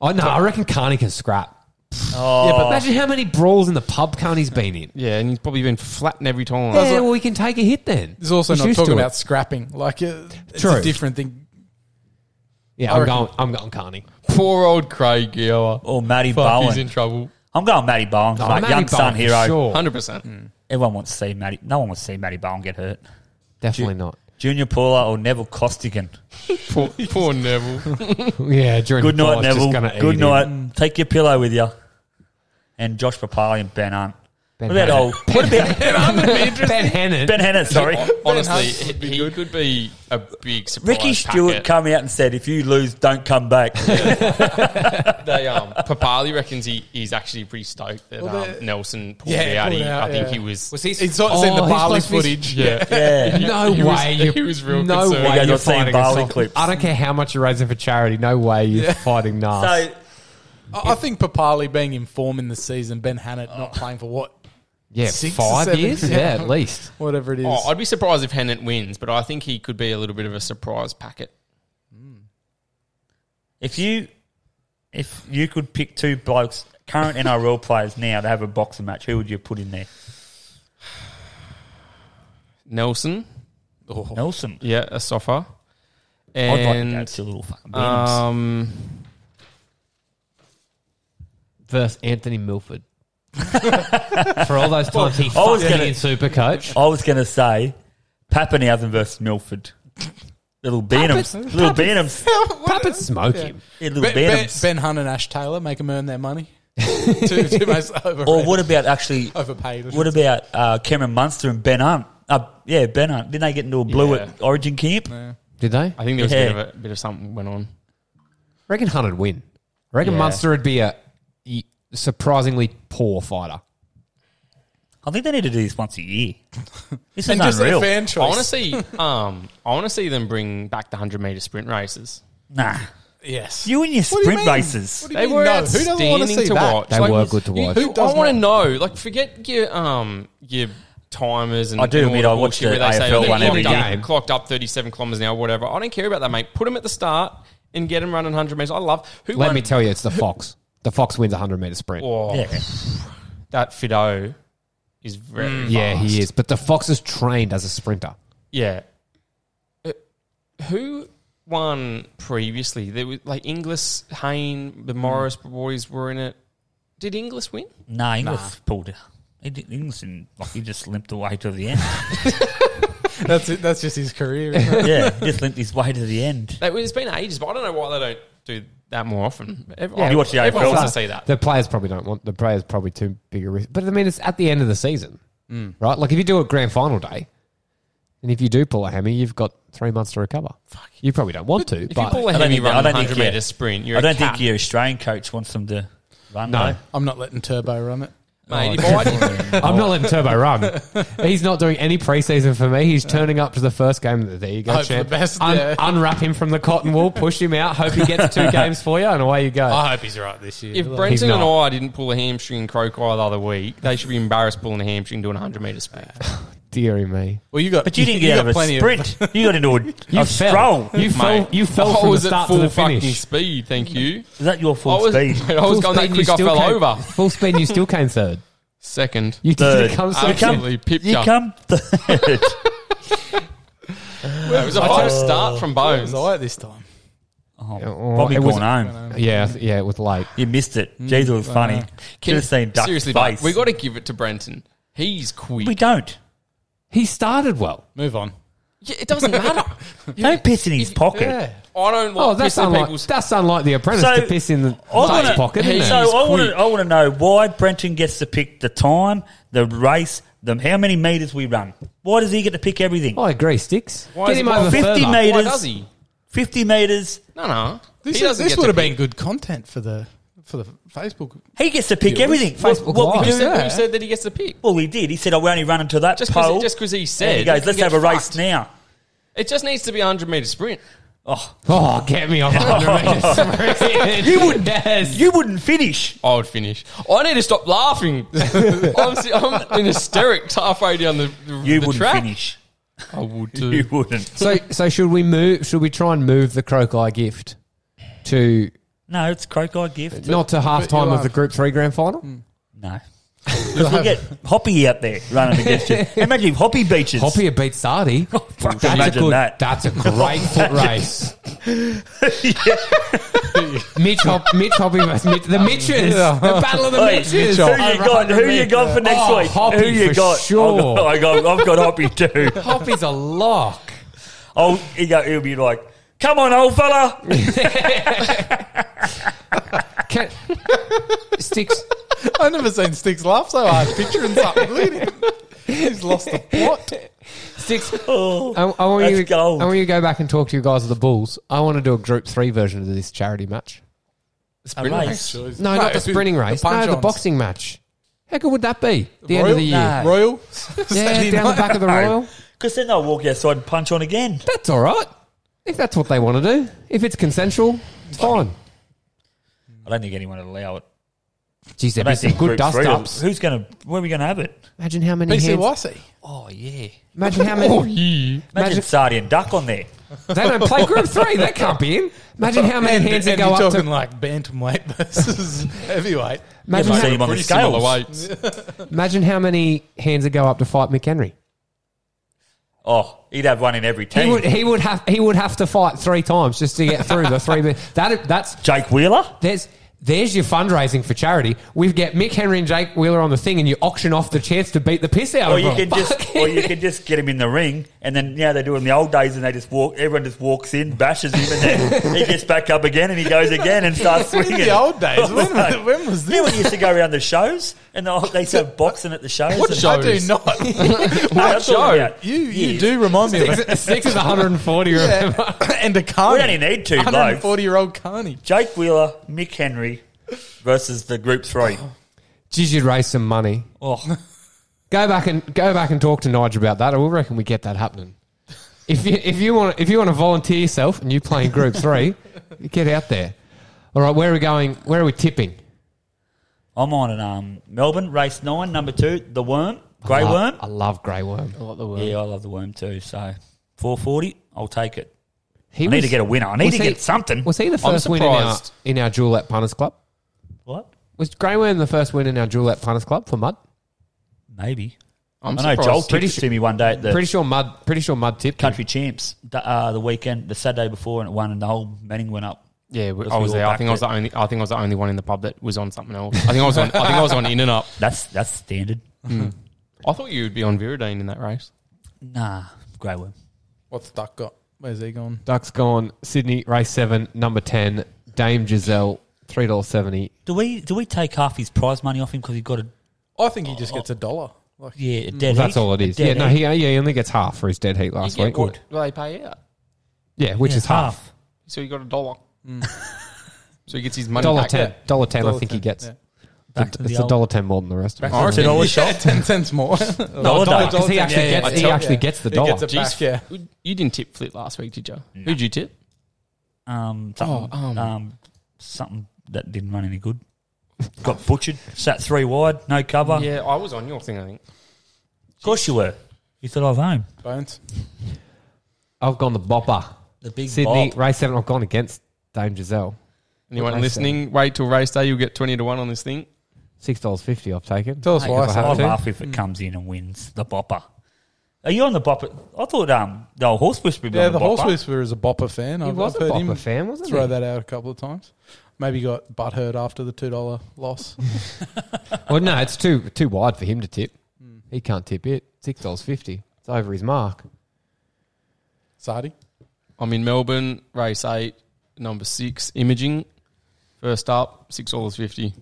I know. I reckon Carney can scrap. Yeah, Oh. but Imagine how many brawls in the pub Carney's been in. Yeah, and he's probably been flattened every time. Yeah, well, we can take a hit then. there's also He's not used talking to it. about scrapping. Like, uh, it's True. a different thing. Yeah, I I'm reckon- going. I'm going Carney. Poor old Craig Gower. Or Matty Oh, Bowen. trouble. I'm going Matty Bowen. Oh, mate. Matty young Bowen son for hero. Oh. sure. 100%. Everyone wants to see Matty. No one wants to see Matty Bowen get hurt. Definitely not. Junior Paula or Neville Costigan. Poor, poor Neville. Yeah, during Good the night, night, Neville. Just gonna eat Good him. night. Take your pillow with you. And Josh Papali and Ben Hunt. Ben what about Hunt. old? What about Ben Hannon. Ben Hennett? Sorry. Honestly, he, he could be a big surprise. Ricky Stewart packet. come out and said, "If you lose, don't come back." They, um, Papali reckons he, he's actually pretty stoked that Well, um, they- Nelson pulled Yeah, out. pulled He- out, I think yeah. he was. Was he- He's not seen Oh, the he's Barley supposed to be- footage. Yeah. yeah. No He was- way. you- he was real No concerned. You guys way. You're not seeing fighting Barley Nasr. clips. I don't care how much you're raising for charity. No way. You're fighting Nas. So I I think Papali being in form in the season, Ben Hannett not playing for what, yeah, six or five seven? years. Yeah. Yeah. at least. whatever it is. Oh, I'd be surprised if Hennett wins, but I think he could be a little bit of a surprise packet. if you if you could pick two blokes, current NRL players now to have a boxing match, who would you put in there? Nelson, Nelson. yeah, a sofa. I'd like to And go to little fucking uh, beans. um, Versus Anthony Milford. for all those times he I was fucked gonna- me in Supercoach. I was going to say Pappenhausen versus Milford. Little Beanhams. Pappen- Little Beanhams. Puppet smoke him. Yeah, little Ben, ben, Beanhams. ben Hunt and Ash Taylor make them earn their money. two, two most overrated, Or what about actually, overpaid. what about uh, Cameron Munster and Ben Hunt? Uh, yeah, Ben Hunt. Didn't they get into a blue Yeah. at Origin camp? Did they? I I think there was a Yeah. bit of a bit of something went on. reckon Hunt would win. I reckon Yeah. Munster would be a y- surprisingly poor fighter. I think they need to do this once a year. This is and just a unreal. fan I want to choice. see, um, I want to see them bring back the hundred meter sprint races. Nah. Yes. You and your What do you sprint mean? races. What do you They mean were no? Who doesn't outstanding want to see to that? watch. They were good to you- watch. Who, Who does I want to not? know. Like, forget your um your timers and I do and all admit the I watched bullshit the where they say, AFL "Oh, one clocked every up- game." clocked up thirty seven kilometers an hour, whatever. I don't care about that, mate. Put them at the start and get them running hundred meters. I love who Let won me tell you, it's the Fox. The Fox wins a 100 meter sprint. Oh, Yeah. that Fido is very Yeah, fast. he is. But the Fox is trained as a sprinter. Yeah. Uh, who one previously. There was like Inglis, Hain, the Morris boys were in it. Did Inglis win? Nah, Inglis pulled it. He did, Inglis didn't, like, he just limped away to the end. That's it. That's just his career. isn't it? yeah, he just limped his way to the end. That- It's been ages, but I don't know why they don't do that more often. Every, Yeah, you watch the everyone AFL. wants to see that. The players probably don't want. The players probably too big a risk. But I mean, it's at the end of the season, right? Like if you do it grand final day, and if you do pull a hammy, you've got three months to recover. Fuck. You probably don't want to, If you but pull a I don't heavy think- I run, don't think 100 you- meter sprint, you're I don't a cat, think your Australian coach wants them to run. No. I'm not letting Turbo run it. mate. If I did- I'm not letting Turbo run. He's not doing any preseason for me. He's turning up to the first game. There you go, Hope for champ. the best, Un- yeah. Unwrap him from the cotton wool, push him out. Hope he gets two games for you, and away you go. hope he's right this year. if He's Brenton and not. I didn't pull a hamstring in Crocodile the other week, they should be embarrassed pulling a hamstring doing a 100 meter sprint. Deary me, well, you got. But you didn't you get got out of plenty a sprint. you got into a, you a fell. stroll. You fell. Mate, You fell I from the was start at full to the fucking finish. speed, thank you. Is that your I full was, speed? mate, I was Full going that speed, you quick, I still fell came- over. Full speed, and you still came third. Second. You Third. did come I second. absolutely pipped You up. come third. It was a high start from It Bones. was all right this time. Oh, Oh, Bobby it was- gone home. Yeah, th- yeah, it was late. You missed it. Jesus, it was funny. Could have seen Duck's Seriously, face. mate, we got to give it to Brenton. He's quick. We don't. He started well. Move on. Yeah, it doesn't matter. Don't piss in his pocket. I don't like Oh, that's pissing unlike people's. that's unlike the apprentice to piss in the I wanna- mate's pocket. Hey, Isn't So it? He's I want to quick. I want to know why Brenton gets to pick the time, the race, the how many meters we run. Why does he get to pick everything? I agree, sticks. Why Get is him it- over Fifty further. meters. Why does he? Fifty meters. No, no. This, he is, doesn't this get to would have pick. been good content for the for the Facebook. He gets to pick Yeah, everything. What, Facebook what we Live. do? Who Yeah. said that he gets the pick? Well, he did. He said, "I will only run into that Just pole." because just because he And said he goes, "Let's you have a get race fucked." now." It just needs to be a hundred meter sprint. Oh, get me off You would yes. You wouldn't finish. I would finish. I need to stop laughing. I'm, se- I'm in hysterics halfway down the, the You the wouldn't track. finish. I would too. You wouldn't. So so should we move should we try and move the croak eye gift to No, it's crocodile gift. not to half time of the group three grand final? Mm. No. Because we get Hoppy out there running against you. Imagine if Hoppy beaches. Hoppy beat Sardi. Fuck, That's a imagine good, that. That's a great foot race. Mitch, Hop, Mitch Hoppy versus Mitch, the Mitches. The battle of the Hey, Mitches. who you got? Oh, Who you got for next Oh, week? Hoppy who you for got? Oh, sure. I've got, I got, I've got Hoppy too. Hoppy's a lock. Oh, he go, he'll be like, "Come on, old fella." Can, sticks. I've never seen Sticks laugh so hard picturing something. Look at him. He's lost the plot. Sticks. Oh, I, I want that's you. gold. I want you to go back and talk to you guys of the Bulls. I want to do a Group Three version of this charity match. a race. No, not the sprinting race. no, the punch-ons. boxing match. How good would that be? The end Royal? of the year. No. Royal. Yeah, Saturday down the night. back of the Royal. Because then they'll walk outside and punch on again. That's all right. If that's what they want to do, if it's consensual, it's fine. I don't think anyone will allow it. Geez, I there'd be don't some think good Group dust Three will- ups. Who's going to? Where are we going to have it? Imagine how many hands. PCYC. Oh yeah. Imagine how many. Imagine Imagine- Sardi and Duck on there. Oh, They don't play Group Three. That can't be in. Imagine how many hands that and go you're up talking to. like bantamweight versus heavyweight. Imagine Yeah, how, so you might- On the Pretty scales. similar weights. imagine how many hands that go up to fight McHenry. Oh, he'd have one in every team. He would, he would have he would have to fight three times just to get through the three minutes. That that's Jake Wheeler. there's there's your fundraising for charity. We get Mick Henry and Jake Wheeler on the thing, and you auction off the chance to beat the piss out Or of you them. can just, Oh, Fuck. or you can just get him in the ring, and then yeah, they do it in the old days, and they just walk. Everyone just walks in, bashes him, and then he gets back up again, and he goes again and starts In swinging. the old days, when, when was Yeah, when this? you used to go around the shows, and they they used to have boxing at the shows. What and, show? I do not. No, I'm talking show? about You you years. do remind me of a, six, six is 140. Remember? and a carny. We only need two blokes. 140 year old carny. Jake Wheeler, Mick Henry versus the Group Three. Geez, you'd raise some money. Oh, Go back and go back and talk to Nigel about that. I will reckon we get that happening. If you if you want if you want to volunteer yourself and you play in Group Three, get out there. All right, where are we going? Where are we tipping? I'm on an um, Melbourne race nine, number two, the Worm, Grey I love- Worm. Oh, I love Grey Worm. Yeah, I love the Worm too. So 440, I'll take it. He I need was- to get a winner. I need was to he- get something. Was he the I'm first winner in our, surprised. in our Juliet Punters Club? What? Was Grey Worm the first win in our Juliet Punters Club for Mud? Maybe. I'm I know surprised. Joel Pretty tipped it to me one day at the Pretty sure mud. Pretty sure mud tipped. him. country champs th- uh, the weekend, the Saturday before, and it won, and the whole Manning went up. Yeah, Because I we was all there. I backed think I it. was the only. I think I was the only one in the pub that was on something else. I think I was on. I think I was on In and Up. That's that's standard. I thought you would be on Viridane in that race. Nah, grey worm. What's Duck got? Where's he gone? Ducks gone. Sydney race seven, number ten. Dame Giselle, three dollar seventy. Do we do we take half his prize money off him because he got a I think he just gets a dollar. Like yeah a dead? That's heat? all it A is. dead Yeah, no, heat. he, yeah, he only gets half for his dead heat last You week. get what they pay out, Yeah, which Yeah, is half. so he got a dollar. so he gets his money Dollar back. ten. Dollar ten. I dollar think he ten, gets. yeah. Back to the It's a old- dollar ten more than the rest of Back us. to the dollar yeah, shop. ten cents more. Dollar dollar. Because he actually yeah, gets. yeah. He actually Yeah. gets the He dollar. gets it back, Jeez, yeah. you- you didn't tip Flit last week, did you? Who'd you tip? Um, something, Oh, um. um, something that didn't run any good. Got butchered. Sat three wide, no cover. Yeah, I was on your thing. I think. Of course you were. You thought I was home. Bones. I've gone the bopper. The big Sydney Sydney. race seven. I've gone against Dame Giselle. Anyone Race listening? Wait till race day. You'll get twenty to one on this thing. Six dollars fifty. I've taken. Tell us Hey, why, if I sir. have I'd to. laugh if Mm. it comes in and wins the bopper. Are you on the bopper? I thought um the old horse whisperer. Yeah, on the the, horse bopper. whisperer is a bopper fan. He I've, was I've a heard bopper him fan, wasn't throw he? that out a couple of times. Maybe got butt hurt after the two dollar loss. Well, no, it's too too wide for him to tip. He can't tip it. Six dollars fifty. It's over his mark. Sardi. I'm in Melbourne, race eight, number six, imaging. First up, six dollars fifty.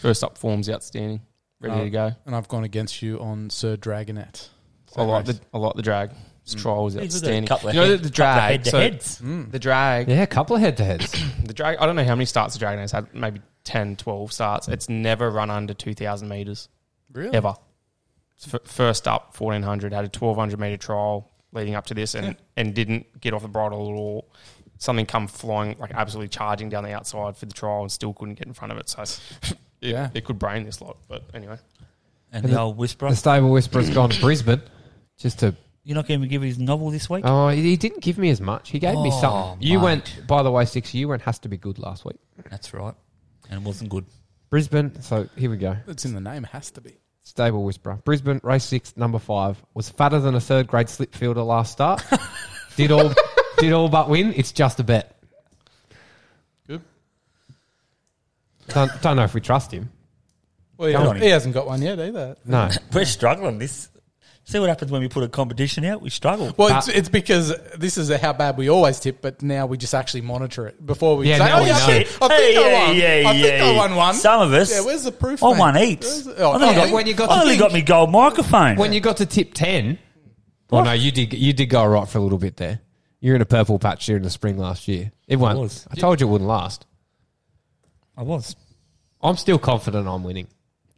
First up forms outstanding. Ready Oh. to go. And I've gone against you on Sir Dragonet. I like the I like the drag. His trial was He's got a outstanding. couple of you know head- couple the of drag. head to so heads. Mm. The drag. Yeah, a couple of head to heads. The drag. I don't know how many starts the dragon has had. Maybe 10, 12 starts. It's never run under two thousand meters Really? ever. It's f- first up, fourteen hundred. Had a twelve hundred meter trial leading up to this, and and didn't get off the bridle at all. Something come flying like absolutely charging down the outside for the trial, and still couldn't get in front of it. So. It, Yeah. it could brain this lot, but anyway. And, And the, the- old whisperer. the stable whisperer's gone to Brisbane. Just to You're not going to give his novel this week? oh, he he didn't give me as much. He gave me Oh, something. You mate. went by the way, six. You went has to be good last week. That's right. And it wasn't good. Brisbane. So here we go. It's in the name. Has to be. Stable whisperer. Brisbane race six, number five was fatter than a third grade slip fielder last start. did all did all but win. It's just a bet. Good. Don't, don't know if we trust him. Well, he, Come on. hasn't, he hasn't got one yet either. No. We're struggling. This. See what happens when we put a competition out? We struggle. Well, it's, it's because this is how bad we always tip, but now we just actually monitor it before we Yeah, say, now "Oh, we yeah, know. I think, I think I won. I think I won one." Some of us. Yeah, where's the proof? I mate? won heaps. Where's- oh, I only yeah, got, when you got I to only think- got me gold microphone. When you got to tip ten, oh no, you did. You did go right for a little bit there. You're in a purple patch during the spring last year. It won't. was. I told you it wouldn't last. I was. I'm still confident I'm winning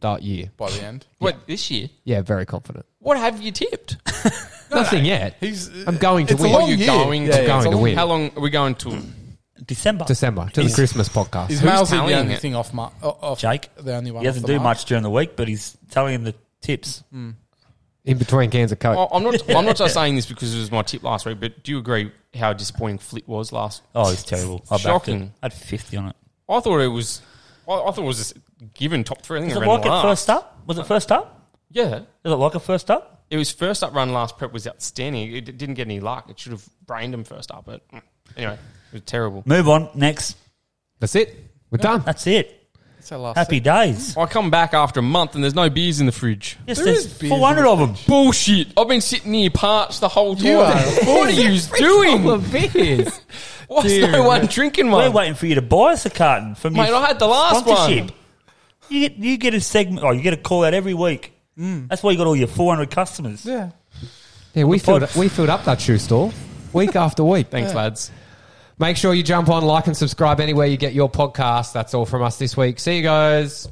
that year. by the end. Wait, this year? Yeah, very confident. What have you tipped? Nothing yet. He's I'm going to it's win. A long You're year. going Yeah, to- yeah, going it's a to long- win. How long are we going to? December. December to the He's- Christmas podcast. His Who's mouth's the tallying only it? thing off, mar- o- off Jake. The only one. He doesn't off the do mark. much during the week, but he's telling him the tips. in between cans of coke. Oh. I- I'm not. I'm not just saying this because it was my tip last week. But do you agree how disappointing Flit was last? Oh, he's terrible. I backed Shocking. it. I had 50 on it. I thought it was. I, I thought it was just given top three. I think Was it I ran like it last. first up? Was it first up? Yeah, Is it like a first up? it was first up run last prep was outstanding. It d- didn't get any luck. It should have brained him first up. But mm, anyway, it was terrible. Move on. Next. That's it. We're done. That's it. That's our last Happy days. I come back after a month and there's no beers in the fridge. Yes, There there's is beers 400 of them. Bullshit! I've been sitting here parched the whole time. You are what are you doing? beers. Why's Dear no one drinking one? We're waiting for you to buy us a carton from Mate, your I had the last sponsorship. one. You get, you get a segment, or you get a call out every week. Mm. That's why you got all your 400 customers. Yeah. Yeah, we filled, we filled up that shoe store week after week. Thanks, lads. Make sure you jump on, like, and subscribe anywhere you get your podcast. That's all from us this week. See you guys.